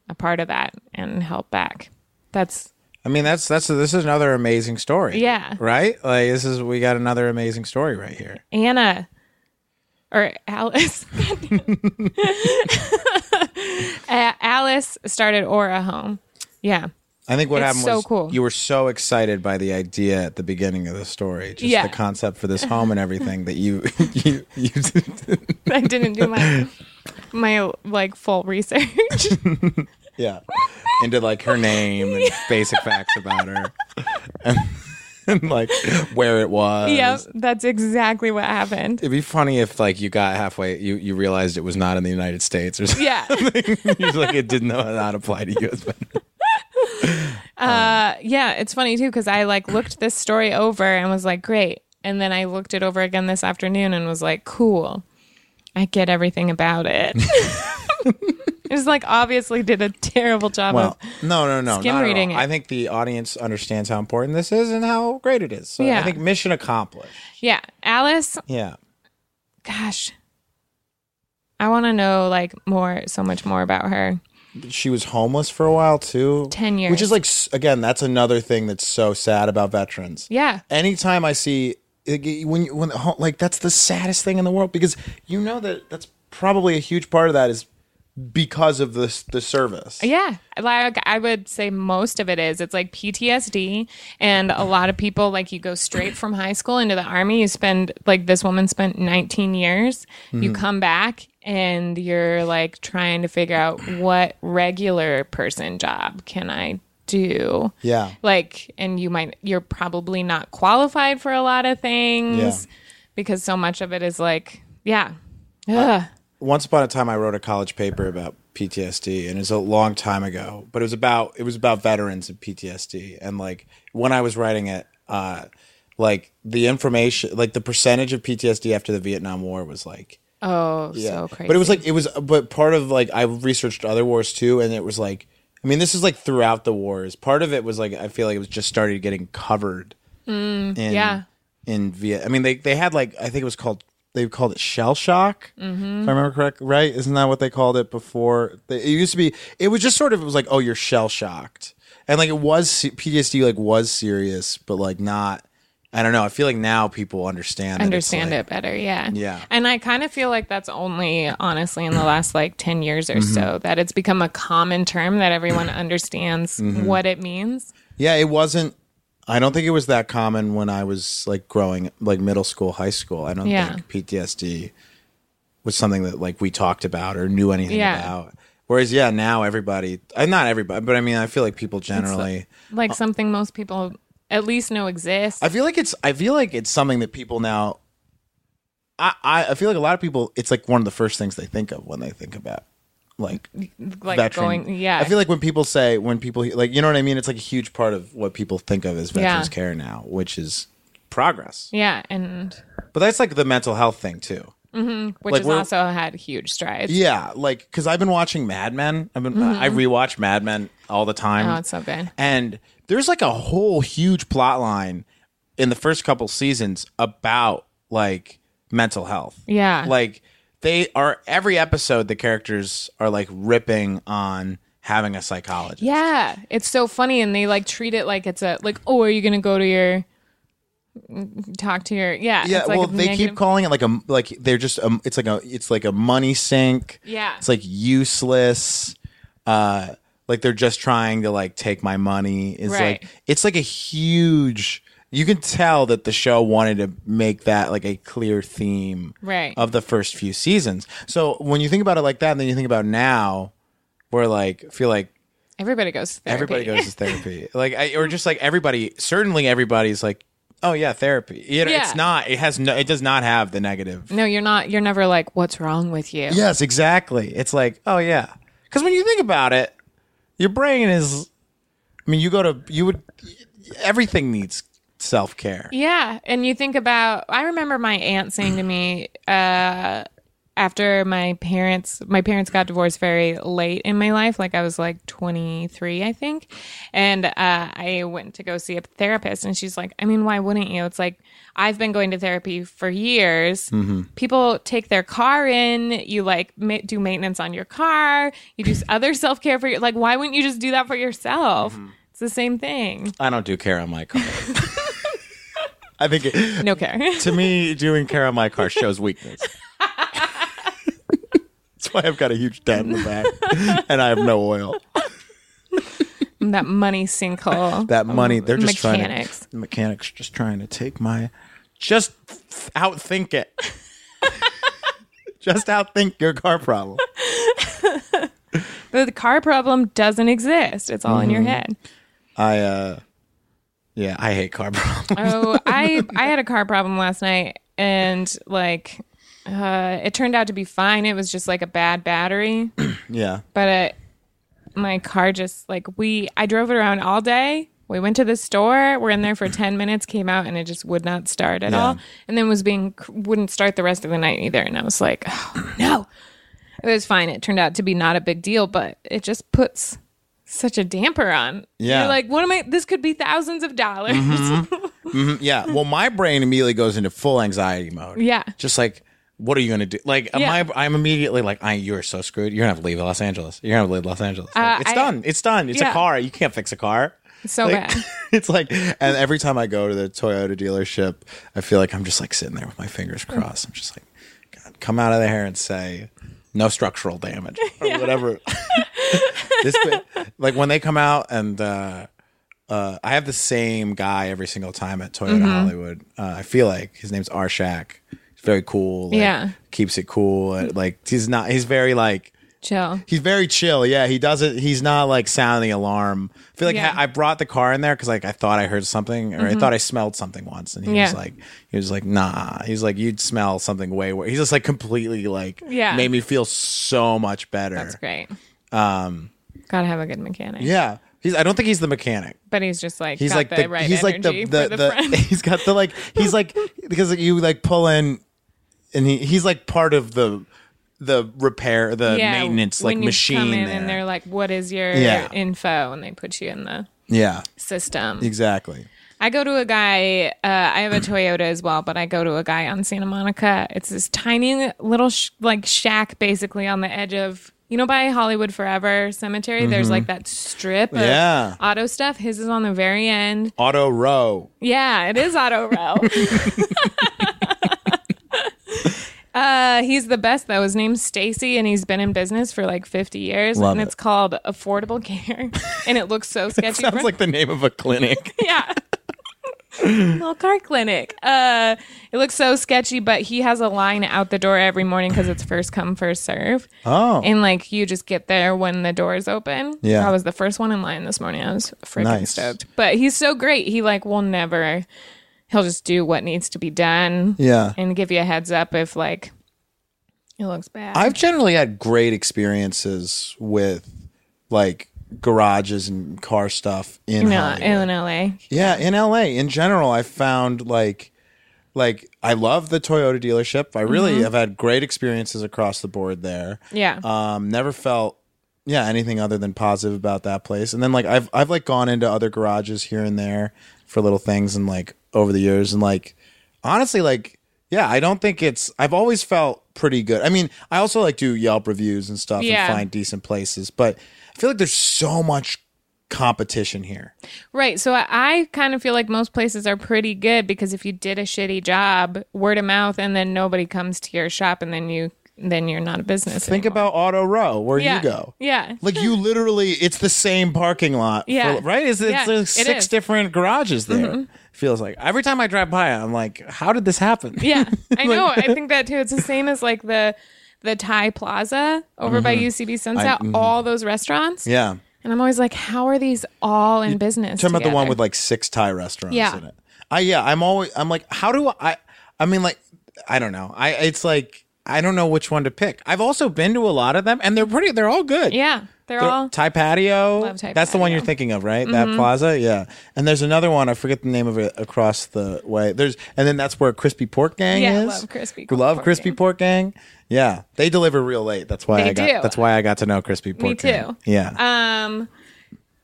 a part of that and help back that's I mean, that's that's this is another amazing story. Yeah. Right. Like this is we got another amazing story right here. anna or alice A- alice started aura home yeah I think what It's happened so was cool. you were so excited by the idea at the beginning of the story, just Yeah. the concept for this home and everything that you you you. i didn't do my my like full research yeah. Into like her name and basic facts about her, and, and like where it was. yep that's exactly what happened It'd be funny if like you got halfway, you you realized it was not in the United States or something. yeah You're like it didn't know how not apply to U.S. yeah, it's funny too because I like looked this story over and was like, great. And then I looked it over again this afternoon and was like, cool. I get everything about it. it was like obviously did a terrible job Well, of no, no, no. skim not at reading all. it. I think the audience understands how important this is and how great it is. So Yeah. I think mission accomplished. Yeah. Alice, Yeah. gosh. I wanna know like more so much more about her. She was homeless for a while too. 10 Which years. is like, s- again, that's another thing that's so sad about veterans. Yeah. Anytime I see, like, when you, when, the ho- like, that's the saddest thing in the world because you know that that's probably a huge part of that is because of this, the service. Yeah. Like I would say most of it is. It's like PTSD and a lot of people like you go straight from high school into the army, you spend like this woman spent 19 years. Hmm. You come back and you're like trying to figure out what regular person job can I do. Yeah. Like, and you might, you're probably not qualified for a lot of things Yeah. because so much of it is like, yeah. Ugh. Once upon a time, I wrote a college paper about PTSD, and it was a long time ago. But it was about it was about veterans of PTSD, and like when I was writing it, uh, like the information, like the percentage of PTSD after the Vietnam War was like oh, Yeah. so crazy. But it was like it was but part of like I researched other wars too and it was like I mean this is like throughout the wars. Part of it was like I feel like it was just started getting covered in Mm, yeah. in Viet I mean they they had like I think it was called they called it shell shock Mm-hmm. if I remember correct right isn't that what they called it before They- it used to be it was just sort of it was like oh you're shell shocked and like it was se- PTSD like was serious but like not I don't know I feel like now people understand that it's, understand like- it better. Yeah. Yeah. And I kind of feel like that's only honestly in the last like 10 years or Mm-hmm. so that it's become a common term that everyone understands Mm-hmm. what it means. Yeah, it wasn't. I don't think it was that common when I was like growing, like middle school, high school. I don't Yeah. think PTSD was something that like we talked about or knew anything Yeah. about. Whereas, yeah, now everybody, uh, not everybody, but I mean, I feel like people generally. Like something most people at least know exists. Uh, I feel like it's. I feel like it's something that people now. I, I I feel like a lot of people. It's like one of the first things they think of when they think about like like veteran. going, yeah. I feel like when people say when people like you know what I mean. It's like a huge part of what people think of as veterans Yeah. care now, which is progress. yeah. And But that's like the mental health thing too. which Like, has we're- also had huge strides. Yeah, like because I've been watching Mad Men. I've been I rewatch Mad Men all the time. Mm-hmm. Oh, it's so good. And there's like a whole huge plot line in the first couple seasons about like mental health. Yeah. Like they are every episode the characters are like ripping on having a psychologist. Yeah, it's so funny, and they like treat it like it's a like. Oh, are you gonna go to your talk to your yeah? Yeah, it's like well, a they negative- keep calling it like a like they're just um, it's like a it's like a money sink. Yeah. it's like useless. Uh, like they're just trying to like take my money. Is Right. like it's like a huge. You can tell that the show wanted to make that like a clear theme Right. of the first few seasons. So when you think about it like that, and then you think about now, where like I feel like everybody goes. To therapy. everybody goes to therapy like I, or just like everybody certainly everybody's like oh yeah therapy you know, Yeah. Mm. it's not it has no it does not have the negative No, you're not. You're never like, what's wrong with you? yes exactly it's like oh yeah because when you think about it your brain is i mean you go to you would everything needs self-care Yeah, and you think about. I remember my aunt saying to me uh, after my parents my parents got divorced very late in my life. Like I was like 23, I think, and uh, I went to go see a therapist, and she's like, "I mean, why wouldn't you?" It's like I've been going to therapy for years. People take their car in. You like ma- do maintenance on your car. You do s- other self care for your like. Why wouldn't you just do that for yourself? It's the same thing. i don't do care on my car i think it, No care. to me doing care on my car shows weakness that's why i've got a huge dent in the back and i have no oil that money sinkhole. that money. They're just mechanics. trying to mechanics just trying to take my just th- outthink it. just outthink your car problem. the car problem doesn't exist. It's all in Mm-hmm. your head. I uh yeah, I hate car problems. Oh, I I had a car problem last night, and like, uh, it turned out to be fine. It was just like a bad battery, yeah. but it, my car just like we I drove it around all day. We went to the store. We're in there for ten minutes. Came out and it just would not start at all, and then was being wouldn't start the rest of the night either. And I was like, oh, no. It was fine. It turned out to be not a big deal, but it just puts such a damper on. Yeah. You're like, what am I? This could be thousands of dollars. Mm, Yeah. Well, my brain immediately goes into full anxiety mode. Yeah. Just like what are you gonna do? Like Yeah. my, I'm immediately like, I, you're so screwed. You're gonna have to leave Los Angeles. You're gonna have to leave Los Angeles. Like, Uh, it's I- done. It's done. It's Yeah. a car. You can't fix a car. so Like, bad. It's like, and every time I go to the Toyota dealership, I feel like I'm just like sitting there with my fingers crossed. I'm just like, God, come out of there and say no structural damage or whatever. this bit, like when they come out and uh, uh, I have the same guy every single time at Mm-hmm. Toyota Hollywood. Uh, I feel like his name's Arshak. He's very cool. like, Yeah. keeps it cool. and, Like he's not. He's very like Chill. He's very chill. Yeah, he doesn't. He's not like sounding the alarm. I feel like Yeah. Mm-hmm. I, I brought the car in there because like I thought I heard something or I thought I smelled something once, and he Yeah. was like, he was like, nah. He's like, you'd smell something way worse. He's just like completely like, Yeah. made me feel so much better. That's great. Um, gotta have a good mechanic. Yeah, he's. I don't think he's the mechanic. But he's just like He's got like the, the, right he's like the energy the, for the, the- friend. he's got the like he's like because you like pull in and he he's like part of the the repair the maintenance like when you machine come in there. and they're like, "What is your Yeah. info?" and they put you in the yeah, system. exactly. I go to a guy. Uh, I have a Toyota as well, but I go to a guy on Santa Monica. It's this tiny little sh- like shack, basically on the edge of you know by Hollywood Forever Cemetery. There's like that strip of Mm-hmm. Yeah. auto stuff. His is on the very end. Auto row. Yeah, it is auto row. Uh, he's the best though. His name's Stacy, and he's been in business for like 50 years. Love and it. it's called Affordable Care, and it looks so sketchy. Sounds from- like the name of a clinic. yeah. Little car clinic. Uh, it looks so sketchy, but he has a line out the door every morning because it's first come, first serve. Oh, And like you just get there when the doors open. Yeah. I was the first one in line this morning. I was freaking Nice. stoked. But he's so great. He like will never, he'll just do what needs to be done yeah. and give you a heads up if like it looks bad. I've generally had great experiences with like garages and car stuff in you know, Hollywood. in LA. Yeah, in LA in general, I found like like I love the Toyota dealership. I really have had great experiences across the board there. Yeah. Um never felt yeah, anything other than positive about that place. And then like I've I've like gone into other garages here and there for little things and like over the years and like honestly like yeah, I don't think it's I've always felt pretty good. I mean, I also like do Yelp reviews and stuff Yeah. and find decent places, but I feel like there's so much competition here. Right. So I, I kind of feel like most places are pretty good because if you did a shitty job, word of mouth, and then nobody comes to your shop, and then you then you're not a business. Think anymore. about Auto Row, where yeah. you go. Yeah. Like you literally, it's the same parking lot. for- Hmm. Yeah. right? It's, it's Yeah, like it six is. Mm-hmm. different garages there. Feels like every time I drive by, I'm like, how did this happen? Yeah. I know. I think that too. It's the same as like the the Thai Plaza over by UCB Sunset. All those restaurants. Mm-hmm. Yeah. And I'm always like, how are these all in business? Talking about the one together? with like six Thai restaurants Yeah. in it. I yeah, I'm always I'm like, how do I I mean like I don't know. I it's like I don't know which one to pick. I've also been to a lot of them and they're pretty they're all good. yeah. They're, The- all Thai Patio. Love Thai That's the Patio. one Mm-hmm. you're thinking of, right? That plaza, yeah. And there's another one. I forget the name of it across the way. There's and then that's where Crispy Pork Gang Yeah, is. love Crispy We love Pork Crispy Gang. Pork Gang. Yeah, they deliver real late. That's why They I got. do. That's why I got to know Crispy Pork. me Gang. too. Yeah. Um.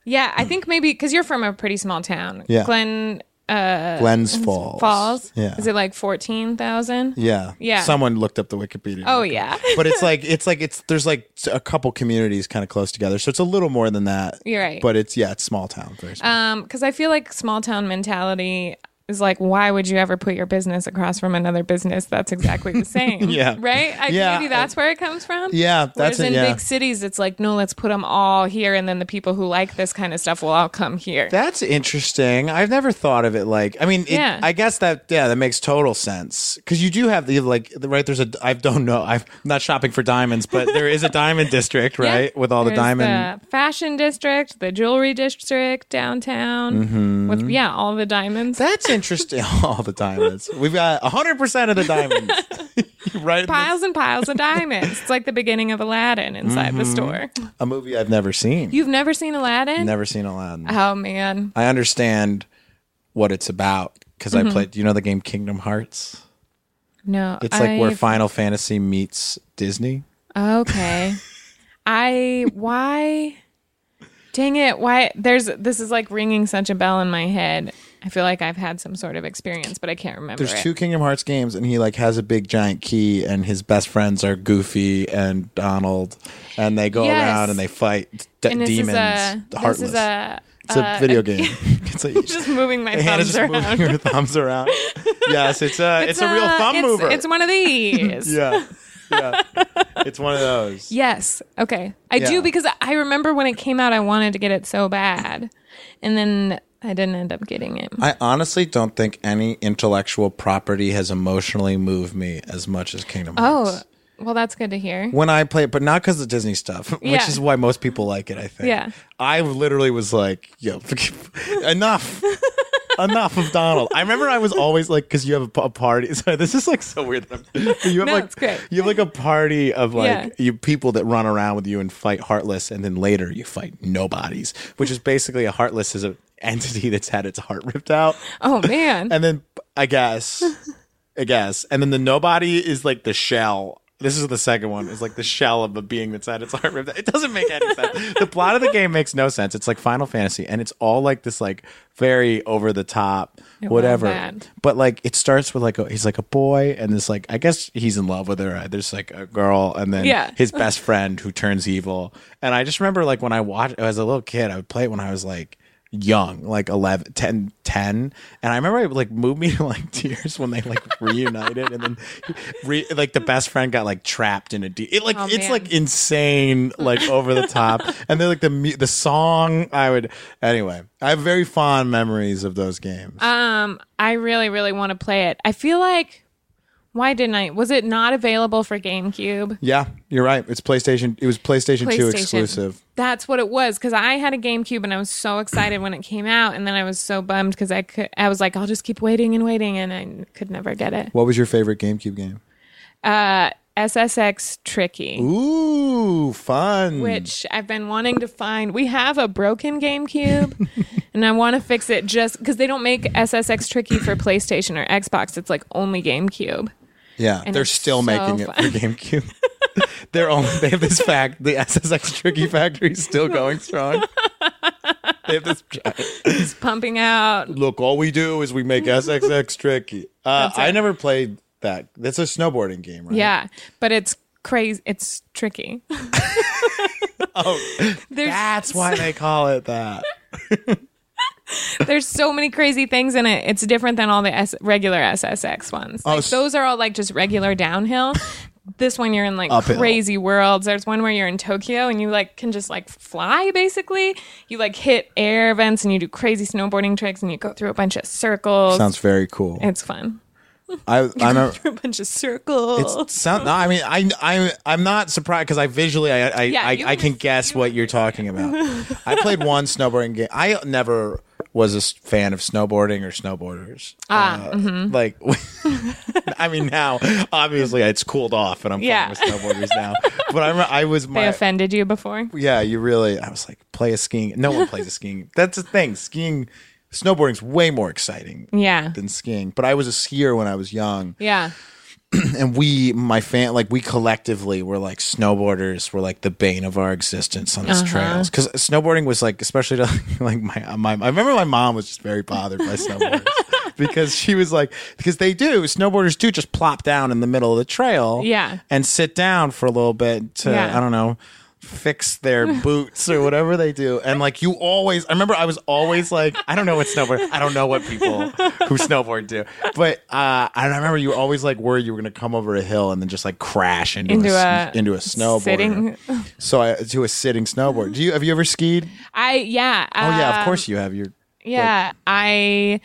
Yeah, I think maybe because you're from a pretty small town. Yeah. Glen Glens Falls. Uh, Falls. Yeah. Is it like 14,000? yeah. Yeah. Someone looked up the Wikipedia. Oh, yeah. but it's like it's like it's there's like a couple communities kind of close together, so it's a little more than that. You're right. But it's yeah, it's small town. Very small. Um, because I feel like small town mentality is like, why would you ever put your business across from another business that's exactly the same? Yeah. Right? I, Yeah. Maybe that's where it comes from. Yeah, that's Whereas it, in yeah. big cities, it's like, no, let's put them all here, and then the people who like this kind of stuff will all come here. That's interesting. I've never thought of it like. I mean, it, Yeah. I guess that yeah, that makes total sense because you do have the like the, right. There's a I don't know. I'm not shopping for diamonds, but there is a diamond district, Yeah. right? With all the There's diamond. the fashion district, the jewelry district downtown, Mm-hmm. with yeah, all the diamonds. That's interesting. all the diamonds. We've got 100 percent of the diamonds, right? in piles and piles of diamonds. It's like the beginning of Aladdin inside Mm-hmm. the store. a movie I've never seen. You've never seen Aladdin? never seen Aladdin. Oh man. I understand what it's about because Mm-hmm. I played. You know the game Kingdom Hearts. No. It's like where I've- Final Fantasy meets Disney. Okay. I why Dang it, why there's this is like ringing such a bell in my head. I feel like I've had some sort of experience, but I can't remember There's it. two Kingdom Hearts games, and he like has a big giant key, and his best friends are Goofy and Donald, and they go Yes. around and they fight d- and this demons, is a heartless. this is a uh, it's a video game. it's like just moving my Hannah's thumbs just around. moving her thumbs around. yes, it's a it's, a real uh, thumb it's- mover. It's one of these. yeah, yeah, it's one of those. Yes. Okay. I Yeah. do because I remember when it came out, I wanted to get it so bad, and then I didn't end up getting it. I honestly don't think any intellectual property has emotionally moved me as much as Kingdom Hearts. Oh, Well, that's good to hear. when I play it, but not because of Disney stuff, which Yeah. is why most people like it. I think. Yeah. I literally was like, "Yo, enough." Enough of Donald. I remember I was always like, because you have a, p- a party. Sorry, this is like so weird. that I'm- but You have No, like it's great. you have like a party of like Yeah. you people that run around with you and fight heartless, and then later you fight nobodies, which is basically a heartless is an entity that's had its heart ripped out. Oh man. And then I guess, I guess, and then the nobody is like the shell. This is the second one. It's like the shell of a being that's at its heart ripped. out. It doesn't make any sense. the plot of the game makes no sense. It's like Final Fantasy, and it's all like this, like very over the top, was whatever. bad. But like it starts with like a, he's like a boy, and this like I guess he's in love with her. Uh, There's like a girl, and then Yeah. his best friend who turns evil. And I just remember like when I watched as a little kid, I would play it when I was like young, like 11, 10, 10. And I remember it like moved me to like tears when they like reunited and then re- like the best friend got like trapped in a de- it like Oh, it's man. like insane, like over the top. and then like the mu- the song I would anyway, I have very fond memories of those games. Um, I really, really want to play it. I feel like why didn't I? Was it not available for GameCube? yeah, you're right. It's PlayStation it was PlayStation 2 PlayStation. exclusive. That's what it was because I had a GameCube and I was so excited when it came out, and then I was so bummed because I could. I was like, I'll just keep waiting and waiting, and I could never get it. What was your favorite GameCube game? Uh, SSX Tricky. Ooh, fun. Which I've been wanting to find. We have a broken GameCube, and I want to fix it just because they don't make SSX tricky for PlayStation or Xbox. It's like only GameCube. Yeah, And they're it's so still making fun. it for GameCube. they're only they have this fact the SSX Tricky Factory is still going strong. They have this It's pumping out. look. All we do is we make SSX Tricky. Uh, I never played that. That's a snowboarding game, right? Yeah, but it's crazy. It's tricky. Oh, There's that's why they call it that. there's so many crazy things in it. It's different than all the S- regular SSX ones. Like, Oh, s- those are all like just regular downhill. this one you're in like Uphill. crazy worlds. There's one where you're in Tokyo and you like can just like fly basically. You like hit air vents and you do crazy snowboarding tricks and you go through a bunch of circles. Sounds very cool. it's fun. I I know. Through a bunch of circles. It's sound. No, I mean, I, I, I'm not surprised because I visually, I, I, Yeah, I, you I can understand- guess you what you're talking about. I played one snowboarding game. I never was a s- fan of snowboarding or snowboarders. Ah, mm-hmm. like, I mean, now obviously it's cooled off, and I'm Yeah. playing with snowboarders now. But I, remember I was they my. offended you before. yeah, you really. I was like, play a skiing. No one plays a skiing. That's the thing. Skiing, snowboarding's way more exciting Yeah. than skiing. But I was a skier when I was young Yeah. and we my fan like we collectively were like snowboarders were like the bane of our existence on these trails because snowboarding was like especially to like my, my i remember my mom was just very bothered by snowboarders because she was like because they do snowboarders do just plop down in the middle of the trail Yeah. and sit down for a little bit to Yeah. i don't know fix their boots or whatever they do and like you always i remember i was always like i don't know what snowboard i don't know what people who snowboard do but uh i remember you were always like worried you were gonna come over a hill and then just like crash into, Into a, a s- into a snowboard sitting- so i to a sitting snowboard do you have you ever skied I yeah. um, oh yeah of course you have you're Yeah, I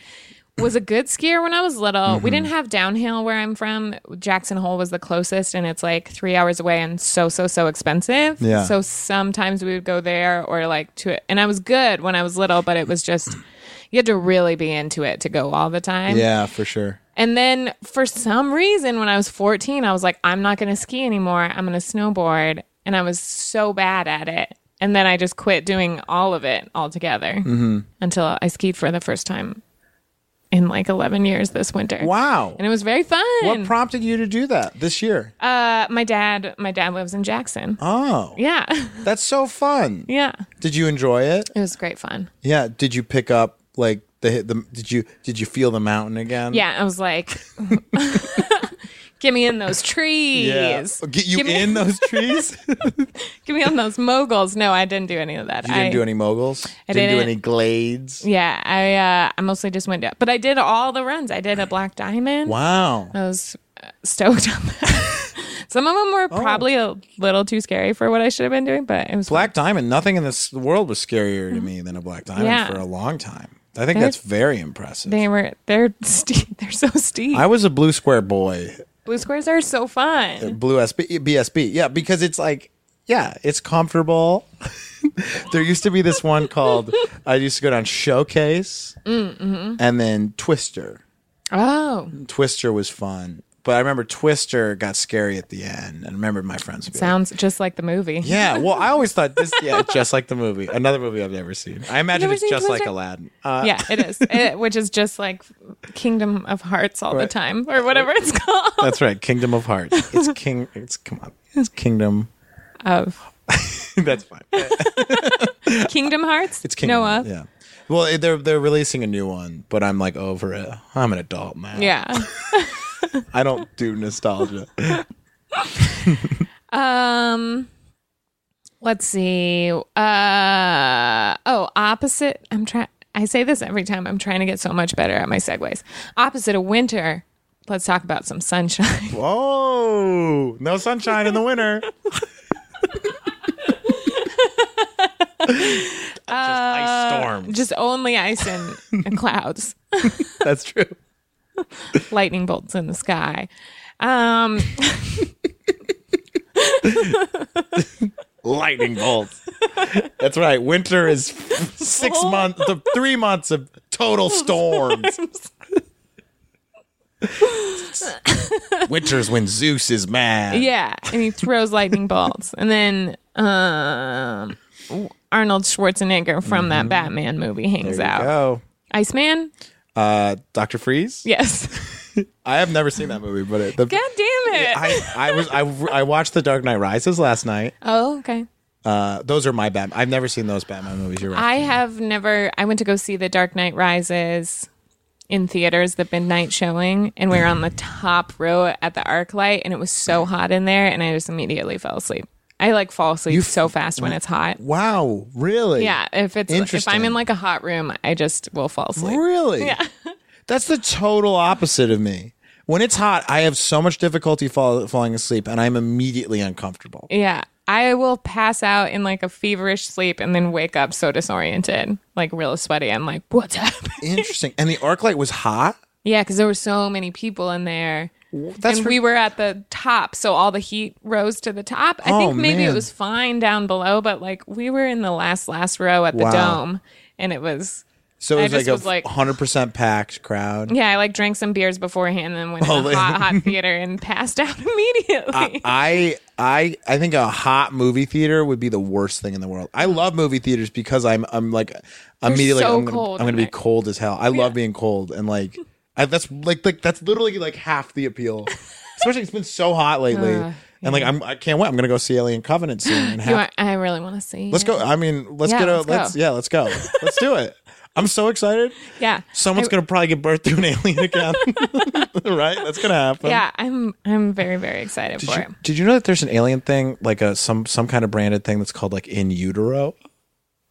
was a good skier when I was little. Mm-hmm. We didn't have downhill where I'm from. Jackson Hole was the closest, and it's like three hours away and so, so, so expensive. Yeah. So sometimes we would go there or like to it. And I was good when I was little, but it was just, you had to really be into it to go all the time. yeah for sure And then for some reason, when I was 14, I was like, I'm not going to ski anymore. I'm going to snowboard. And I was so bad at it. And then I just quit doing all of it altogether Mm-hmm. until I skied for the first time in like 11 years this winter. wow And it was very fun. what prompted you to do that this year uh, my dad, my dad lives in Jackson. oh Yeah. that's so fun yeah. did you enjoy it It was great fun. Yeah. Did you pick up like the the? Did you did you feel the mountain again? Yeah. I was like, get me in those trees. Yeah. Oh, Get you Give me- in those trees. you Get me on those moguls. No, I didn't do any of that. didn't I, do any moguls. I do didn't. any glades. Yeah, I uh, I mostly just went down, but I did all the runs. I did a black diamond. Wow. I was uh, stoked on that. Some of them were Oh. probably a little too scary for what I should have been doing, but it was Black diamond. Nothing in this world was scarier to me than a black diamond Yeah. for a long time. I think that's very impressive. They were they're steep. They're so steep. I was a blue square boy Blue squares are so fun. Blue SB, BSB. Yeah, because it's like, yeah, it's comfortable. there used to be this one called, I used to go down Showcase Mm-hmm. and then Twister. Oh, Twister was fun. But I remember Twister got scary at the end. And I remember my friends being sounds just like the movie. Yeah, well, I always thought this, yeah, just like the movie. Another movie I've never seen. I imagine never it's seen just like Twister? Aladdin. Uh, Yeah, it is. It, which is just like Kingdom of Hearts all the Right. time, or whatever it's called. That's right, Kingdom of Hearts. It's King, it's, come on, it's Kingdom. Of That's fine. Kingdom Hearts. It's Kingdom. Noah. Yeah. Well, it- they're they're releasing a new one, but I'm like over it. I'm an adult man. Yeah. I don't do nostalgia. Um, let's see. Uh, oh, opposite. I'm trying. I say this every time. I'm trying to get so much better at my segues. Opposite of winter. Let's talk about some sunshine. Whoa! No sunshine in the winter. Just ice storms. Uh, Just only ice and, and clouds, That's true. lightning bolts in the sky. Um, Lightning bolts. That's right. Winter is six months, three months of total storms. Winter's when Zeus is mad. yeah, and he throws lightning bolts, and then um, Arnold Schwarzenegger from that Batman movie hangs Mm-hmm. There you out. go. Iceman. Uh, Doctor Freeze. Yes. I have never seen that movie, but it, the, God damn it. I, I was I, I watched The Dark Knight Rises last night. oh, okay. Uh, those are my Batman. I've never seen those Batman movies. You're right. I have never. I went to go see The Dark Knight Rises in theaters, the midnight showing, and we were on the top row at the arc light, and it was so hot in there, and I just immediately fell asleep. I like fall asleep so fast when it's hot. wow, really? Yeah, if it's if I'm Interesting. in like a hot room, I just will fall asleep. really. Yeah, that's the total opposite of me. When it's hot, I have so much difficulty fall, falling asleep, and I'm immediately uncomfortable. Yeah, I will pass out in like a feverish sleep and then wake up so disoriented, like real sweaty. I'm like, what's happening? Interesting. And the arc light was hot. Yeah, because there were so many people in there. that's and we were at the top, so all the heat rose to the top. I think Oh, maybe it man. was fine down below, but like we were in the last last row at the Wow. dome, and it was So I it was just like was a like- 100 percent packed crowd. yeah. I like drank some beers beforehand, and then went to Oh, the hot hot theater and passed out immediately. I I I think a hot movie theater would be the worst thing in the world. I love movie theaters because I'm I'm like immediately so I'm gonna, cold I'm in gonna be there. cold as hell. I love being cold and like I, that's like like that's literally like half the appeal. Especially it's been so hot lately, Uh, and like I'm I can't wait. I'm gonna go see Alien Covenant soon. And You have, want- I really want to see. let's it. go. I mean, let's Yeah, get a let's let's, go. yeah let's go let's do it. I'm so excited. Yeah, Someone's I- gonna probably get birthed to an alien again, right? That's gonna happen. Yeah, I'm I'm very very excited um, Did for you, it. did you know that there's an alien thing, like a some some kind of branded thing that's called like in utero?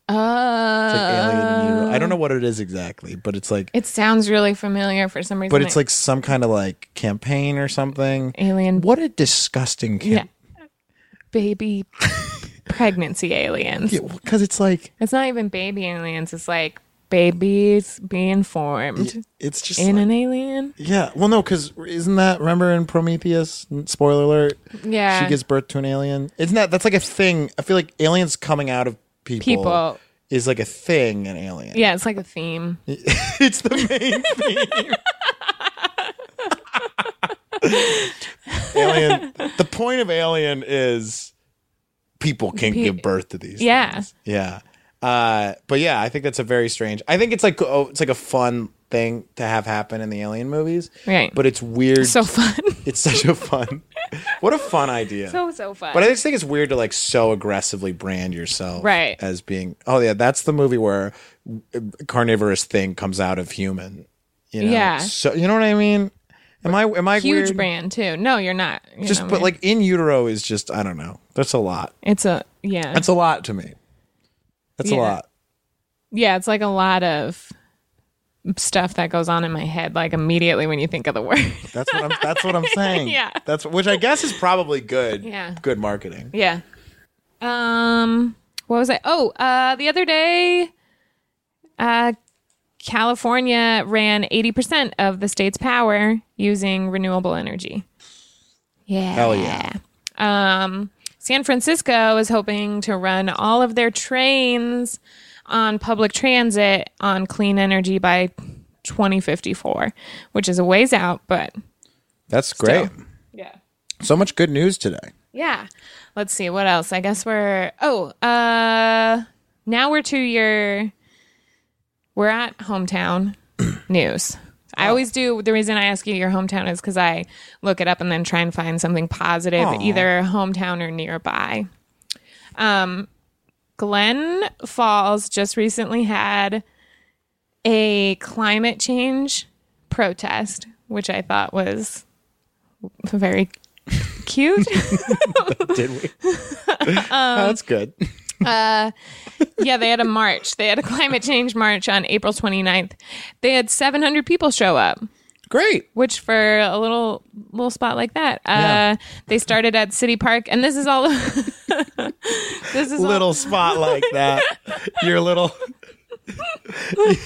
It's like alien in utero. I Oh. don't know what it is exactly, but it's like Uh, It sounds really familiar for some reason. but it's I- like some kind of like campaign or something. Alien- What a disgusting yeah, campaign. baby pregnancy aliens. Because it's like It's not even baby aliens. It's like babies being formed it's just in like- an alien. yeah. Well, no, because isn't that remember in Prometheus? Spoiler alert. Yeah. she gives birth to an alien. Isn't that that's like a thing? I feel like aliens coming out of people, People. is like a thing in alien. Yeah, it's like a theme. it's the main theme. Alien. The point of Alien is people can Pe- give birth to these. Yeah. things. Yeah. Uh, but yeah, I think that's a very strange. I think it's like oh, it's like a fun thing to have happen in the Alien movies. Right. But it's weird. So fun. it's such a fun. what a fun idea. so so fun. But I just think it's weird to like so aggressively brand yourself, Right. As being, oh yeah, that's the movie where uh, carnivorous thing comes out of human. You know? Yeah. So you know what I mean? Am I am I Huge weird? brand too. No, you're not. You Just know, but man. like in utero is just I don't know. That's a lot. it's a yeah. That's a lot to me. That's Yeah. a lot. yeah, it's like a lot of stuff that goes on in my head like immediately when you think of the word. That's what I'm. That's what I'm saying. Yeah. That's which I guess is probably good. Yeah. Good marketing. Yeah. Um what was I? Oh, uh the other day uh California ran 80% of the state's power using renewable energy. Yeah. Hell yeah. Um, San Francisco is hoping to run all of their trains on public transit on clean energy by 2054, which is a ways out, but That's great. yeah. So much good news today. Yeah. Let's see what else. I guess we're oh, uh now we're to your we're at hometown news. I always do the reason I ask you your hometown is cuz I look it up and then try and find something positive either hometown or nearby. Um Glen Falls just recently had a climate change protest, which I thought was very cute. Did we? That's good. yeah, they had a march. They had a climate change march on April 29th. They had 700 people show up, Great. which for a little little spot like that, uh, Yeah. they started at City Park, and this is all. this is all, Little spot like that. Your little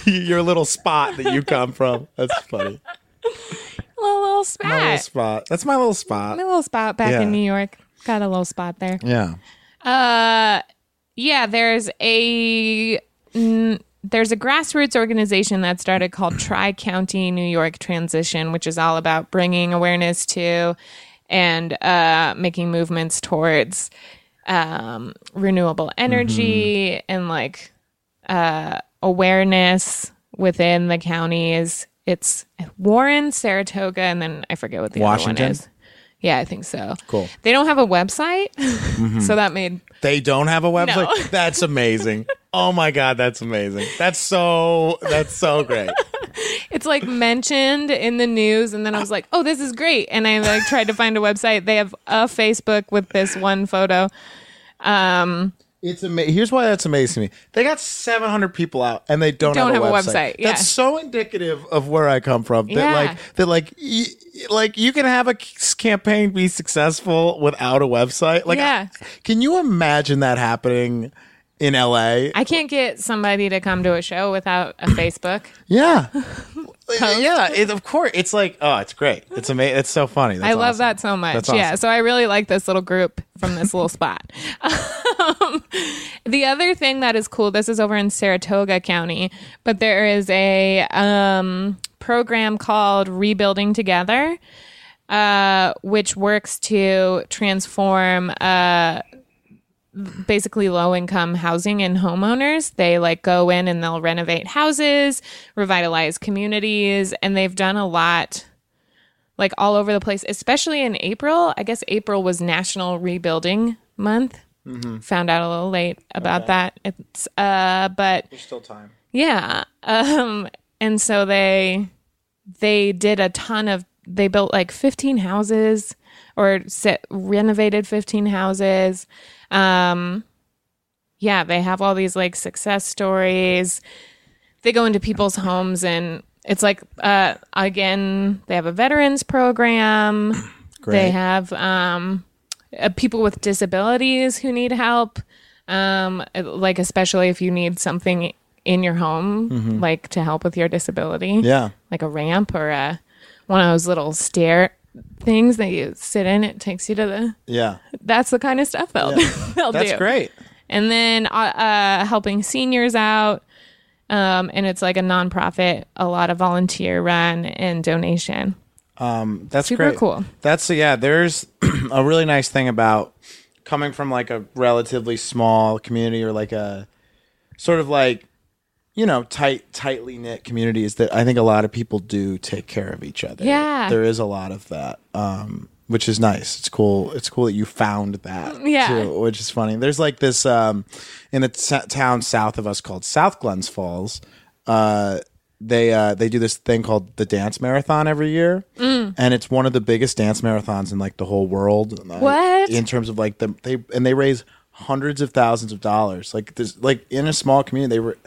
your little spot that you come from. That's funny. little, little My little spot. spot. That's my little My spot. little spot back Yeah. in New York. Got a little spot there. Yeah. Uh, yeah, there's a n- there's a grassroots organization that started called Tri County New York Transition, which is all about bringing awareness to and uh, making movements towards um, renewable energy Mm-hmm. and like uh, awareness within the counties. It's Warren, Saratoga, and then I forget what the other Washington? one is. Yeah, I think so. Cool. Mm-hmm. They don't have a website, so that made They don't have a website. No. That's amazing. Oh my god, that's amazing. That's so that's so great. it's like mentioned in the news, and then I was like, "Oh, this is great!" And I like tried to find a website. They have a Facebook with this one photo. Um, It's ama- here's why that's amazing to me. They got 700 people out and they don't, Don't have, a have a website. website, yeah. That's so indicative of where I come from. That Yeah. like that like y- like you can have a c- campaign be successful without a website. Like Yeah. I- can you imagine that happening in LA? I can't get somebody to come to a show without a Facebook. yeah. yeah, it, of course. It's like oh, it's great. It's amazing. It's so funny. That's I love awesome. that so much. That's Yeah. awesome. So I really like this little group from this little spot. Um, the other thing that is cool, this is over in Saratoga County, but there is a um, program called Rebuilding Together, uh, which works to transform uh, basically low income housing and homeowners. They like go in and they'll renovate houses, revitalize communities, and they've done a lot like all over the place, especially in April. I guess April was National Rebuilding Month. Mm-hmm. Found out a little late about that. It's uh but There's still time. yeah. Um and so they they did a ton of they built like 15 houses or se- renovated 15 houses. Um yeah, they have all these like success stories. They go into people's homes and it's like uh again, they have a veterans program. They Great. have um uh, people with disabilities who need help um like especially if you need something in your home like to help with your disability Mm-hmm. Yeah. like a ramp or a one of those little stair things that you sit in it takes you to the Yeah. that's the kind of stuff they'll, they'll That's do great. and then uh, uh helping seniors out um and it's like a nonprofit a lot of volunteer run and donation That's Super great. cool. That's yeah. There's a really nice thing about coming from like a relatively small community or like a sort of like you know tight tightly knit community is that I think a lot of people do take care of each other. Yeah. there is a lot of that, um, which is nice. It's cool. It's cool that you found that. Yeah. too, which is funny. There's like this um, in a t- town south of us called South Glens Falls. Uh, they uh, they do this thing called the dance marathon every year, Mm. and it's one of the biggest dance marathons in like the whole world. And, like, What? in terms of like the they and they raise hundreds of thousands of dollars. Like this, like in a small community, they were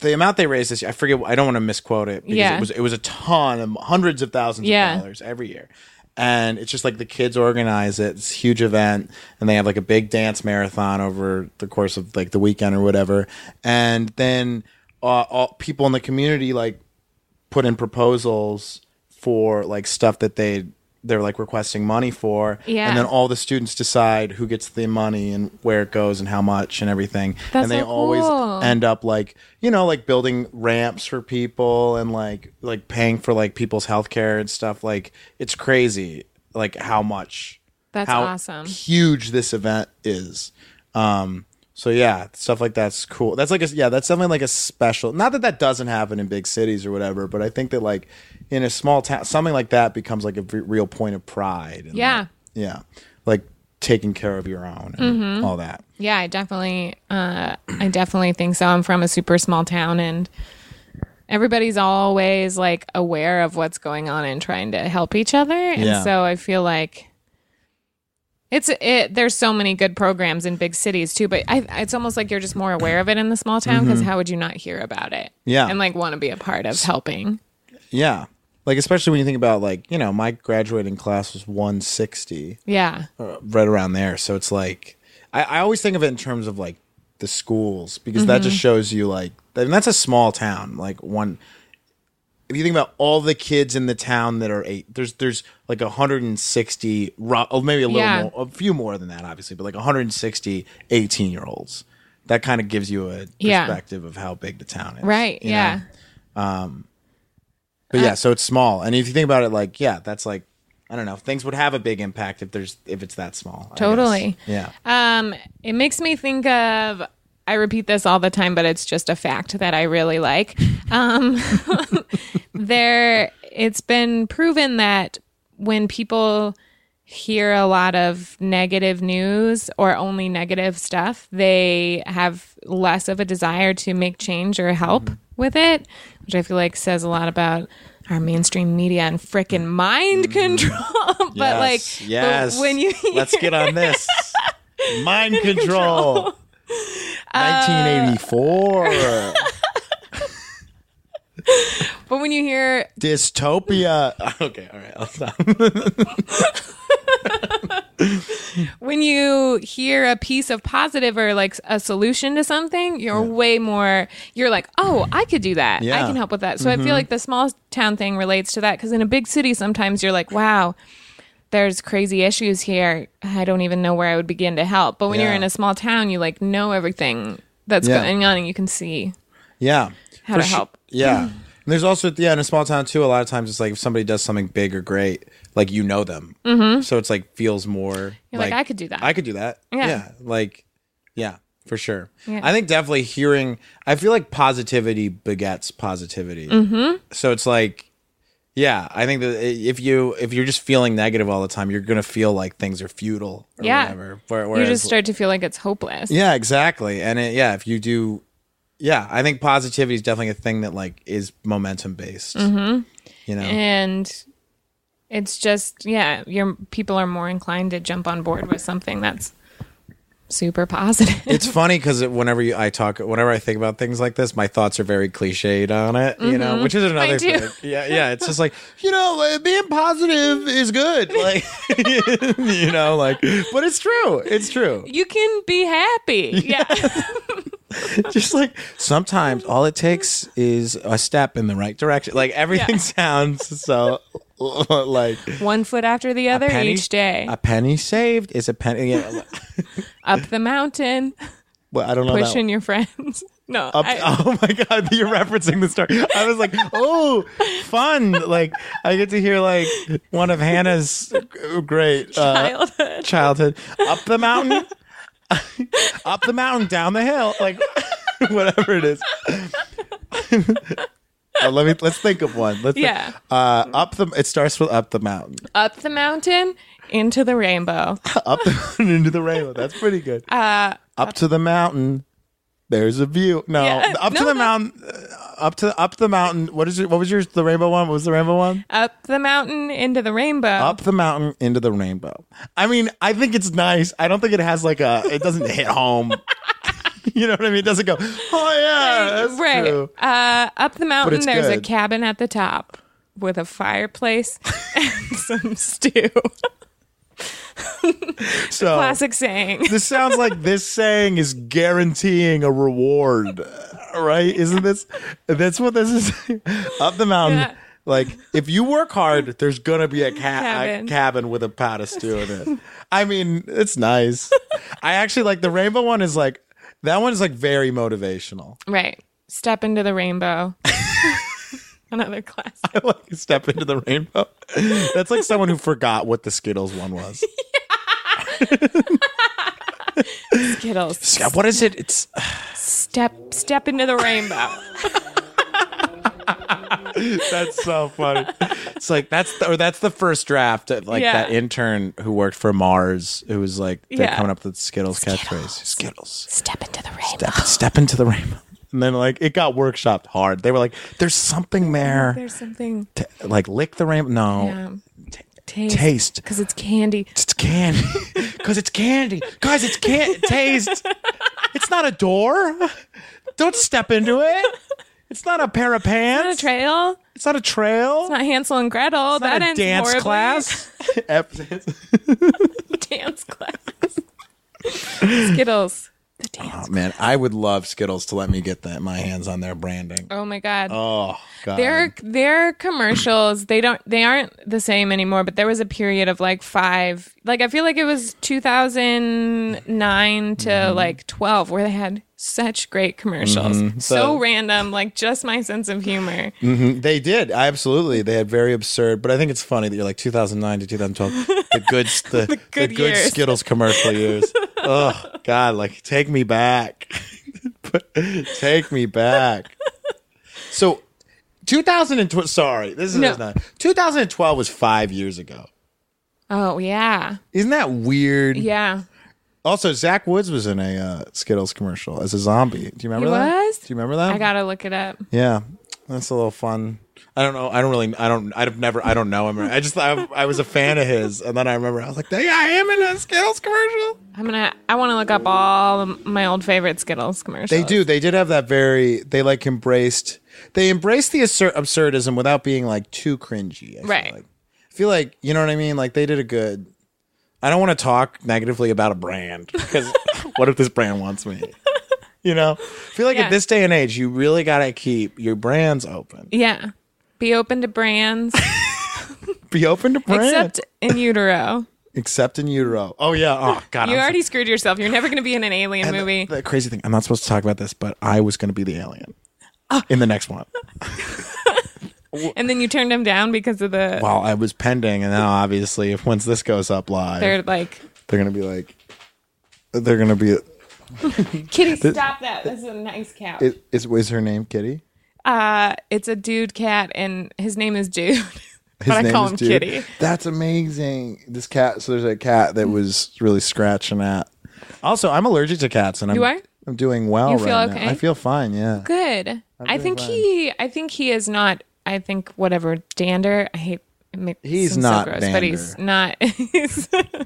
the amount they raised this. year- I forget. I don't want to misquote it because Yeah. it was it was a ton, of hundreds of thousands Yeah. of dollars every year. And it's just like the kids organize it. It's a huge event, and they have like a big dance marathon over the course of like the weekend or whatever. And then uh, all people in the community like put in proposals for like stuff that they they're like requesting money for. Yeah. And then all the students decide who gets the money and where it goes and how much and everything. That's and they so cool. always end up like you know like building ramps for people and like like paying for like people's health care and stuff. Like it's crazy like how much That's how awesome. huge this event is. Um, so yeah, stuff like that's cool. That's like a yeah, that's something like a special. Not that that doesn't happen in big cities or whatever, but I think that like in a small town, something like that becomes like a v- real point of pride. and, Yeah. like, yeah, like taking care of your own and Mm-hmm. all that. Yeah, I definitely, uh, I definitely think so. I'm from a super small town, and everybody's always like aware of what's going on and trying to help each other. And Yeah. so I feel like it's it. There's so many good programs in big cities too, but I, it's almost like you're just more aware of it in the small town because how would you not hear about it? Mm-hmm. Yeah. and like want to be a part of helping. Yeah, like especially when you think about like you know my graduating class was 160. Yeah, uh, right around there. So it's like I, I always think of it in terms of like the schools because that Mm-hmm. just shows you like and that's a small town. Like one, if you think about all the kids in the town that are eight, there's there's like 160, ro- oh, maybe a little Yeah. more, a few more than that, obviously, but like 160 18 year olds. That kind of gives you a Yeah. perspective of how big the town is, right. you know? Yeah, But Uh, yeah, so it's small, and if you think about it, like yeah, that's like. I don't know. Things would have a big impact if there's if it's that small. I guess. Totally. Yeah. Um, it makes me think of. I repeat this all the time, but it's just a fact that I really like. Um, there, it's been proven that when people hear a lot of negative news or only negative stuff, they have less of a desire to make change or help Mm-hmm. with it, which I feel like says a lot about our mainstream media and frickin' mind control. but like, but Yes, Mm-hmm. yes. when you let's get on this mind control. 1984 Uh, But when you hear, dystopia. Okay, all right, I'll stop. when you hear a piece of positive or like a solution to something, you're way more, you're like, oh, I could do that. I Yeah. Mm-hmm. can help with that. So I feel like the small town thing relates to that because in a big city, sometimes you're like, wow, there's crazy issues here. I don't even know where I would begin to help. But when you're Yeah. in a small town, you like know everything that's Yeah. going on and you can see Yeah, how For to su- help. Yeah, and there's also yeah in a small town too. A lot of times it's like if somebody does something big or great, like you know them, mm-hmm. so it's like feels more. You're like, I could do that. I could do that. Yeah. Yeah, like yeah, for sure. Yeah. I think definitely hearing. I feel like positivity begets positivity. Mm-hmm. So it's like. Yeah, I think that if you if you're just feeling negative all the time, you're gonna feel like things are futile or Yeah. whatever. Where- You whereas- just start to feel like it's hopeless. yeah, exactly. And it, yeah, if you do, yeah, I think positivity is definitely a thing that like is momentum based. Mm-hmm. You know, and it's just yeah your people are more inclined to jump on board with something that's super positive it's funny because whenever you, I talk, whenever I think about things like this, my thoughts are very cliched on it. You know, Mm-hmm. which is another too. thing. Yeah, yeah. It's just like you know, uh, being positive is good. Like you know, like but it's true. It's true. you can be happy yeah, just like sometimes all it takes is a step in the right direction. Like everything sounds so like one foot after the other penny- each day A penny saved is a penny. Yeah, up the mountain well, I don't know. Oh, that pushing your friends no one. I- Up- oh my god, you're referencing the story. I was like, oh, fun! Like I get to hear like one of Hannah's great uh, childhood childhood up the mountain, up the mountain, down the hill, like whatever it is. Uh, let me let's think of one. Let's think- Yeah. Uh, up the it starts with up the mountain, up the mountain into the rainbow up the mountain into the rainbow. That's pretty good. Uh, up to the mountain. There's a view. No, Yeah, up no, to the no. mountain. uh, Up to up the mountain. What is your, What was yours? The rainbow one. What was the rainbow one? up the mountain into the rainbow Up the mountain into the rainbow. I mean, I think it's nice. I don't think it has like a. It doesn't hit home. you know what I mean? It doesn't go. Oh yeah, that's right true. uh up the mountain it's there's a good. cabin at the top with a fireplace and some stew Oh. So classic saying. this sounds like this saying is guaranteeing a reward, right? Isn't this? That's what this is. Up the mountain. Yeah. Like if you work hard, there's gonna be a, ca- cabin. Cabin. a cabin with a pot of stew in it. I mean, it's nice. I actually like the rainbow one is like that one is like very motivational. Right. Step into the rainbow. Another class. like step into the rainbow. That's like someone who forgot what the Skittles one was. Skittles. God, What is it? It's Step step into the rainbow. That's so funny. It's like that's the, or that's the first draft. That, like Yeah. that intern who worked for Mars, who was like they're Yeah. coming up with the Skittles, catchphrase. Skittles. Step into the rainbow. Step, step into the rainbow. And then like it got workshopped hard. They were like, "There's something there." There's something T- like lick the rainbow. No, um, taste. taste. Because it's candy. it's candy. Cause it's candy, guys. It's can taste. It's not a door. Don't step into it. It's not a pair of Not a pants. trail. it's not a trail. Not Hansel and Gretel. that not a ends dance horribly. class. dance class. Skittles. The dance. oh, man, I would love Skittles to let me get that my hands on their branding. Oh my god. Oh god. their their commercials they don't they aren't the same anymore but there was a period of like 5 like I feel like it was 2009 to Mm-hmm. like 12 where they had such great commercials so Mm-hmm. So- random like just my sense of humor Mhm. They did. Absolutely. They had very absurd, but I think it's funny that you're like 2009 to 2012, the good the, the good good, years. Skittles commercial years. oh god, like take me back. take me back. So 2012 sorry, this is No. not 2012 was 5 years ago. oh yeah Isn't that weird? yeah Also, Zach Woods was in a uh, Skittles commercial as a zombie. Do you remember He that? was? Do you remember that? I got to look it up Yeah, that's a little fun. I don't know. I don't really. I don't. I've never. I don't know him. I just. I, I was a fan of his, and then I remember I was like, "Yeah, I am in a Skittles commercial." I'm going to I want to look up all of my old favorite Skittles commercials They do. They did have that very. They like embraced. They embraced the absur- absurdism without being like too cringy. I feel Right. Like. I feel like you know what I mean. Like they did a good. I don't want to talk negatively about a brand because what if this brand wants me? You know, I feel like Yeah. at this day and age, you really gotta keep your brands open. yeah be open to brands Be open to brands. except in utero except in utero. Oh yeah. Oh god. you I'm already screwed yourself you're never going to be in an alien so- movie The, crazy thing. I'm not supposed to talk about this, but I was going to be the alien Oh. in the next one. And then you turned him down because of the Well, I was pending, and now obviously, if once this goes up live, they're they're, like going to be like, they're going to be. Kitty, stop that. This is a nice cat. Is, is was her name Kitty? uh it's a dude cat and his name is Dude. but I name call is him Dude. Kitty. That's amazing. This cat. So there's a cat that was really scratching at. Also, I'm allergic to cats, and I'm You are? I'm doing well You right feel okay? now. I feel fine. Yeah. Good. I doing think fine. he I think he is not I think whatever dander. I hate it makes He's him so not gross, but he's not he's- I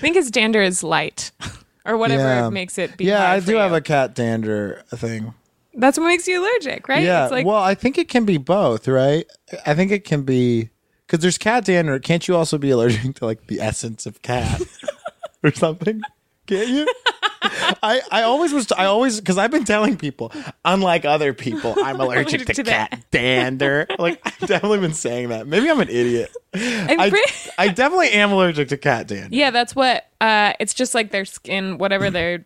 think his dander is light. Or whatever Yeah. makes it be Yeah, hard I for do have you. a cat dander thing. That's what makes you allergic, right? Yeah. It's like well, I think it can be both, right? I think it can be because there's cat dander. Can't you also be allergic to like the essence of cat or something? Can't you? I, I always was I always because I've been telling people unlike other people I'm allergic, Allergic to, to that. cat dander like I've definitely been saying that maybe I'm an idiot I, pretty- I definitely am allergic to cat dander Yeah, that's what uh it's just like their skin, whatever their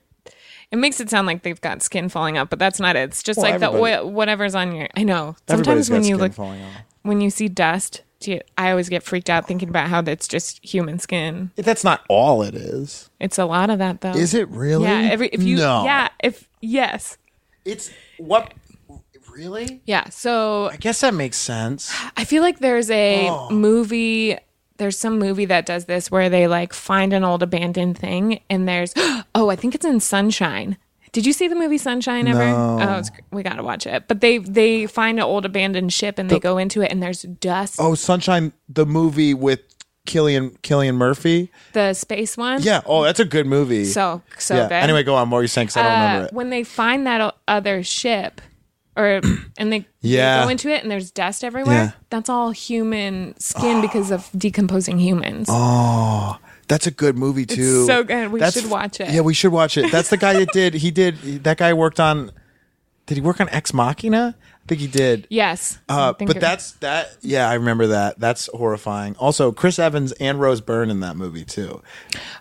it makes it sound like they've got skin falling out, but that's not it. It's just Well, like the everybody- oil whatever's on your I know. Everybody's Sometimes when got you skin look falling off. when you see dust, do you- I always get freaked out thinking about how that's just human skin. that's not all it is It's a lot of that though. is it really Yeah, every if you no yeah, if yes. it's what really Yeah. So I guess that makes sense. I feel like there's a Oh. movie. There's some movie that does this where they like find an old abandoned thing, and there's oh, I think it's in Sunshine. Did you see the movie Sunshine ever? No. Oh, it's, gr- we gotta watch it. But they they find an old abandoned ship and they go into it, and there's dust. Oh, Sunshine, the movie with Killian Killian Murphy. The space one. Yeah. Oh, that's a good movie. So so yeah. good. Anyway, go on. What were you saying? Because I don't Uh, remember it. when they find that o- other ship, or and they, Yeah. they go into it and there's dust everywhere. Yeah. That's all human skin because of decomposing humans. Oh. That's a good movie too. so good. We That's- should watch it. Yeah, we should watch it. That's the guy that did. He did. That guy worked on. Did he work on Ex Machina? think he did. Yes. Uh, I think but it- that's that. Yeah, I remember that. That's horrifying. Also, Chris Evans and Rose Byrne in that movie too.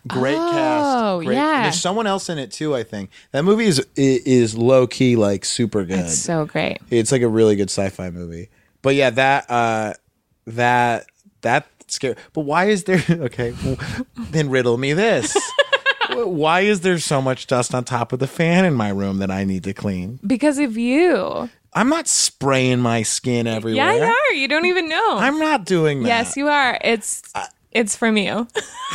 Great Oh, cast. Great, yeah. There's someone else in it too. I think that movie is i- is low key like super good. it's so great. It's like a really good sci-fi movie. But yeah, that uh that that scary. But why is there okay, w- then riddle me this. W- why is there so much dust on top of the fan in my room that I need to clean? Because of you. I'm not spraying my skin everywhere. Yeah, you are. You don't even know. I'm not doing that. yes, you are. It's it's from you.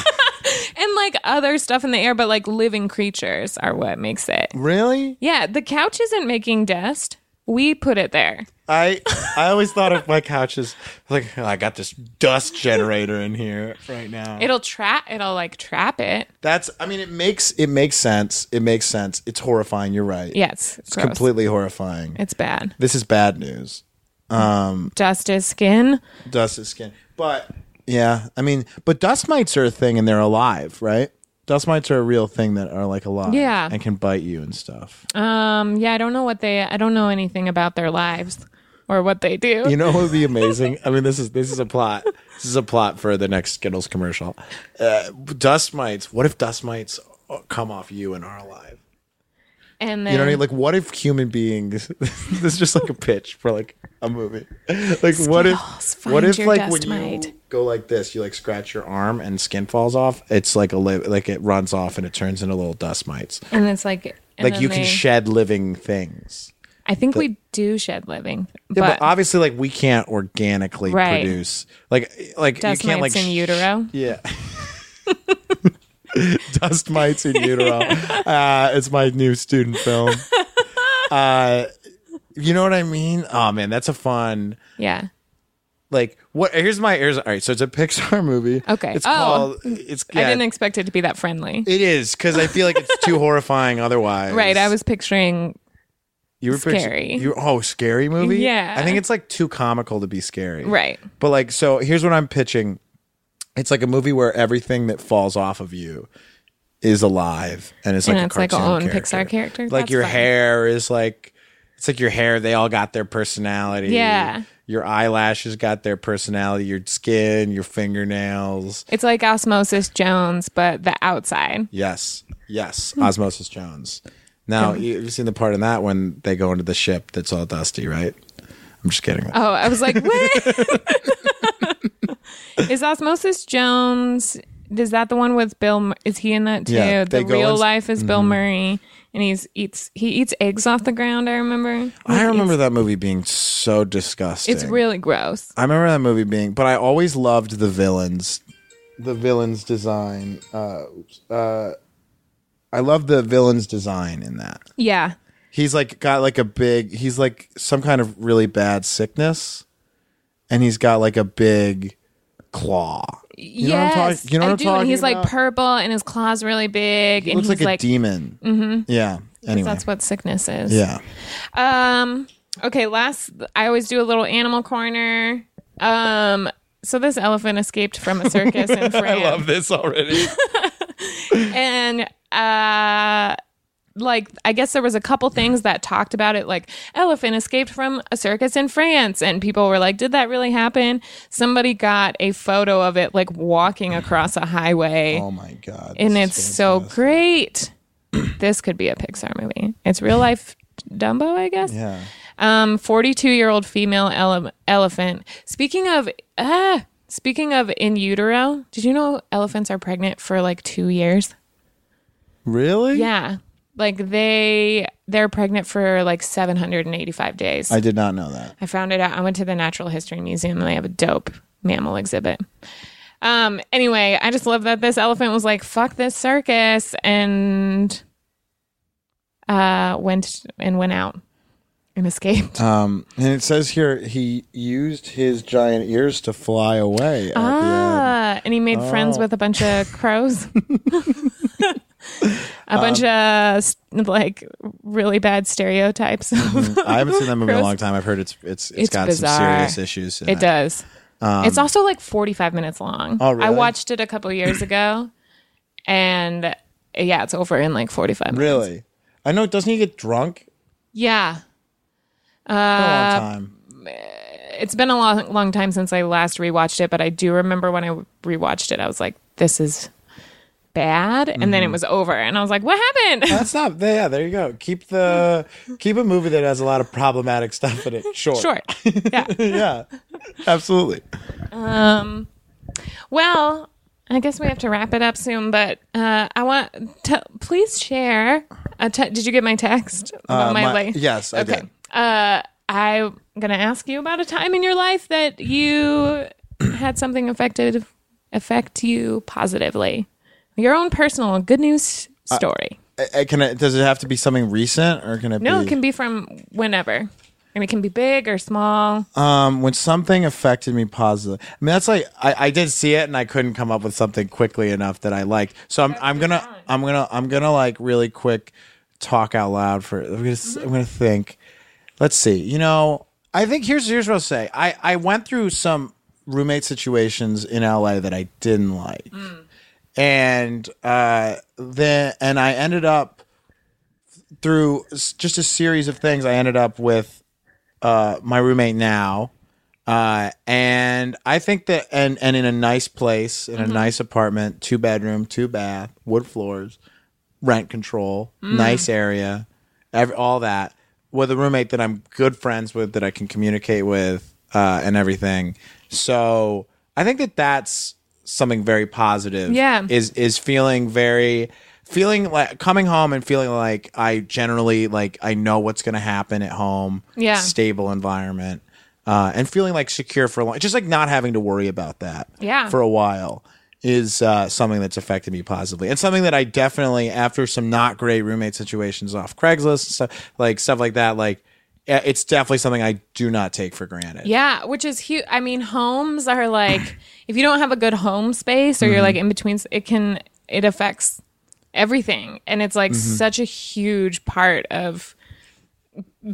and like other stuff in the air, but like living creatures are what makes it. Really? Yeah, the couch isn't making dust. We put it there. I I always thought of my couch as like I got this dust generator in here right now. It'll trap. It'll like trap it. That's I mean it makes it makes sense. It makes sense. It's horrifying, you're right. Yes, it's It's gross. completely horrifying. It's bad. This is bad news. Dust is skin. Dust is skin. But yeah, I mean, but dust mites are a thing and they're alive, right? Dust mites are a real thing that are like alive Yeah. and can bite you and stuff. Um. Yeah, I don't know what they. I don't know anything about their lives or what they do. You know what would be amazing? I mean, this is this is a plot. This is a plot for the next Skittles commercial. Uh, dust mites. What if dust mites come off you and are alive? and then You know what I mean? Like, what if human beings? this is just like a pitch for like a movie. Like, what Skittles, if? find What if your like dust when you mite. go like this, you like scratch your arm and skin falls off? It's like a li- like it runs off and it turns into little dust mites. and it's like and Like then you can they- shed living things. I think we do shed living, Yeah, but, but obviously, like we can't organically Right. produce like like dust you can't mites like in sh- utero. Yeah. Dust mites in utero. Uh, it's my new student film. Uh, you know what I mean? Oh man, that's a fun. Yeah. Like what? Here's my here's all right. So it's a Pixar movie. Okay. It's Oh. called. It's yeah, I didn't expect it to be that friendly. it is because I feel like it's too horrifying otherwise. Right. I was picturing. you were pictu- scary. you oh scary movie. Yeah. I think it's like too comical to be scary. Right. But like, so here's what I'm pitching. It's like a movie where everything that falls off of you is alive, and it's like And a it's like a cartoon own Pixar character? Like That's your fun. hair is like, it's like your hair. They all got their personality. Yeah. Your eyelashes got their personality. Your skin, your fingernails. It's like Osmosis Jones, but the outside. Yes, yes. Hmm. Osmosis Jones. Now you've seen the part in that when they go into the ship that's all dusty, right? I'm just kidding. Oh, I was like, what? is Osmosis Jones? Is that the one with Bill? Mur- Is he in that too? Yeah, Mm-hmm. they the go real ins- life is Bill Murray, and he's eats he eats eggs off the ground. I remember. I Like, remember that movie being so disgusting. It's, it's really gross. I remember that movie being, but I always loved the villains. The villains design. Uh, oops, uh, I love the villains design in that. Yeah, He's like got like a big. He's like some kind of really bad sickness, and he's got like a big claw. You know yes, what I'm talking. You know what I I'm do. talking and he's about? like purple, and his claws really big, He and looks he's like like, a demon. Mm-hmm. Yeah. Anyway. that's what sickness is. yeah. Um. Okay. Last, I always do a little animal corner. Um. So this elephant escaped from a circus in France. this already. and uh like I guess there was a couple things that talked about it like elephant escaped from a circus in France and people were like did that really happen somebody got a photo of it like walking across a highway oh my god. and this it's is so fantastic. great this could be a Pixar movie it's real life Dumbo I guess Yeah. um 42 year old female ele- elephant speaking of ah speaking of in utero did you know elephants are pregnant for like 2 years Mm-hmm. Really? yeah. Like they they're pregnant for like 785 days. I I, did not know that. found it out. I went to the Natural History Museum and they have a dope mammal exhibit. Um anyway, I just love that this elephant was like fuck this circus and uh went and went out and escaped. Um, and it says here he used his giant ears to fly away. At the end. Ah, and he made friends with a bunch of crows. a bunch of s- like really bad stereotypes of I haven't seen that movie in a Gross. long time. I've heard it's it's it's It's got some bizarre. serious issues. in It does. it's also like 45 minutes long. Um, Oh, really? I watched it a couple years ago and uh, yeah, it's over in like 45 minutes. Really, I know. Doesn't he get drunk? Yeah. Been a long Uh, time. It's been a long, long time since I last rewatched it, but I do remember when I rewatched it, I was like, this is bad. And then Mm-hmm. it was over. And I was like, what happened? That's not. Yeah, there you go. Keep the keep a movie that has a lot of problematic stuff in it. Short. Short. Yeah. yeah. Absolutely. Well, I guess we have to wrap it up soon, but uh, I want to please share. A te- did you get my text about Uh, my, my- life? yes, I did. Uh, I'm gonna ask you about a time in your life that you had something effective affect you positively. Your own personal good news story. I, I- Uh, can it, does it have to be something recent or can it no, be it can be from whenever, and it can be big or small. um when something affected me positively? I mean that's like I, I did see it and I couldn't come up with something quickly enough that I liked. So I'm I'm gonna I'm gonna I'm gonna like really quick talk out loud for I'm gonna, s- I'm gonna think. Let's see. You know, I think here's here's what I'll say. I I went through some roommate situations in LA that I didn't like. and uh, then and I ended up through s- just a series of things. I ended up with uh, my roommate now, uh, and I think that and and in a nice place, in a nice apartment, two bedroom, two bath, wood floors, rent control, nice area, ev- all that with a roommate that I'm good friends with that I can communicate with uh, and everything. So I think that that's something very positive. Yeah. is is feeling very feeling like coming home and feeling like I generally like I know what's going to happen at home. Yeah. stable environment. Uh, and feeling like secure for a long, just like not having to worry about that Yeah. for a while is uh, something that's affected me positively and something that I definitely after some not great roommate situations off Craigslist and stuff like stuff like that like eh, it's definitely something I do not take for granted. Yeah, which is huge. I mean, homes are like if you don't have a good home space or you're like in between, it can it affects everything, and it's Mm-hmm. like such a huge part of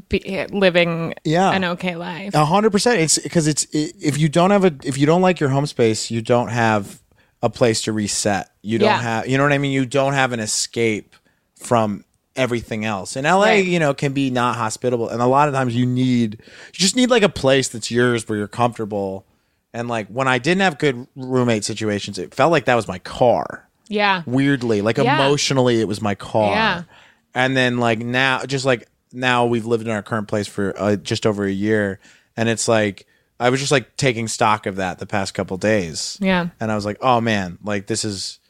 be, living Yeah. an okay life. A hundred percent. It's because it's i- if you don't have a if you don't like your home space, you don't have a place to reset. You don't Yeah. have you know what I mean. You don't have an escape from everything else. And LA, Right. you know, can be not hospitable, and a lot of times you need you just need like a place that's yours where you're comfortable. And like when I didn't have good roommate situations, it felt like that was my car Yeah, weirdly like Yeah. emotionally it was my car Yeah. and then like now just like now we've lived in our current place for uh, just over a year and it's like i was just like taking stock of that the past couple days Yeah. and i was like oh man like this is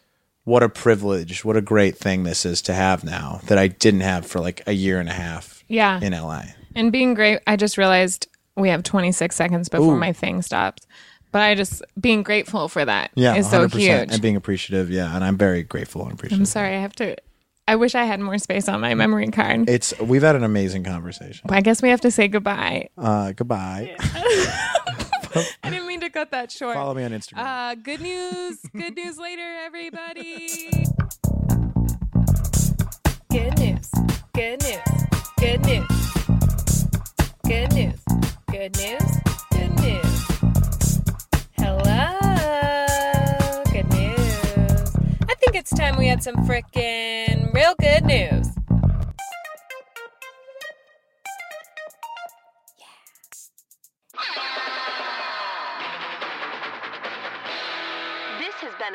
what a privilege what a great thing this is to have now that i didn't have for like a year and a half yeah. in la And being great, I just realized we have 26 seconds before my thing stops. But I just being grateful for that is yeah so 100% huge. and being appreciative yeah and i'm very grateful and appreciative I'm sorry, I have to. I wish I had more space on my memory card. it's we've had an amazing conversation I guess we have to say goodbye. uh goodbye I didn't mean to cut that short. follow me on instagram Uh, good news. Good news later, everybody. Good news. Good news. Good news. Good news. Good news. Good news. Hello. Good news. I think it's time we had some frickin' real good news. This has been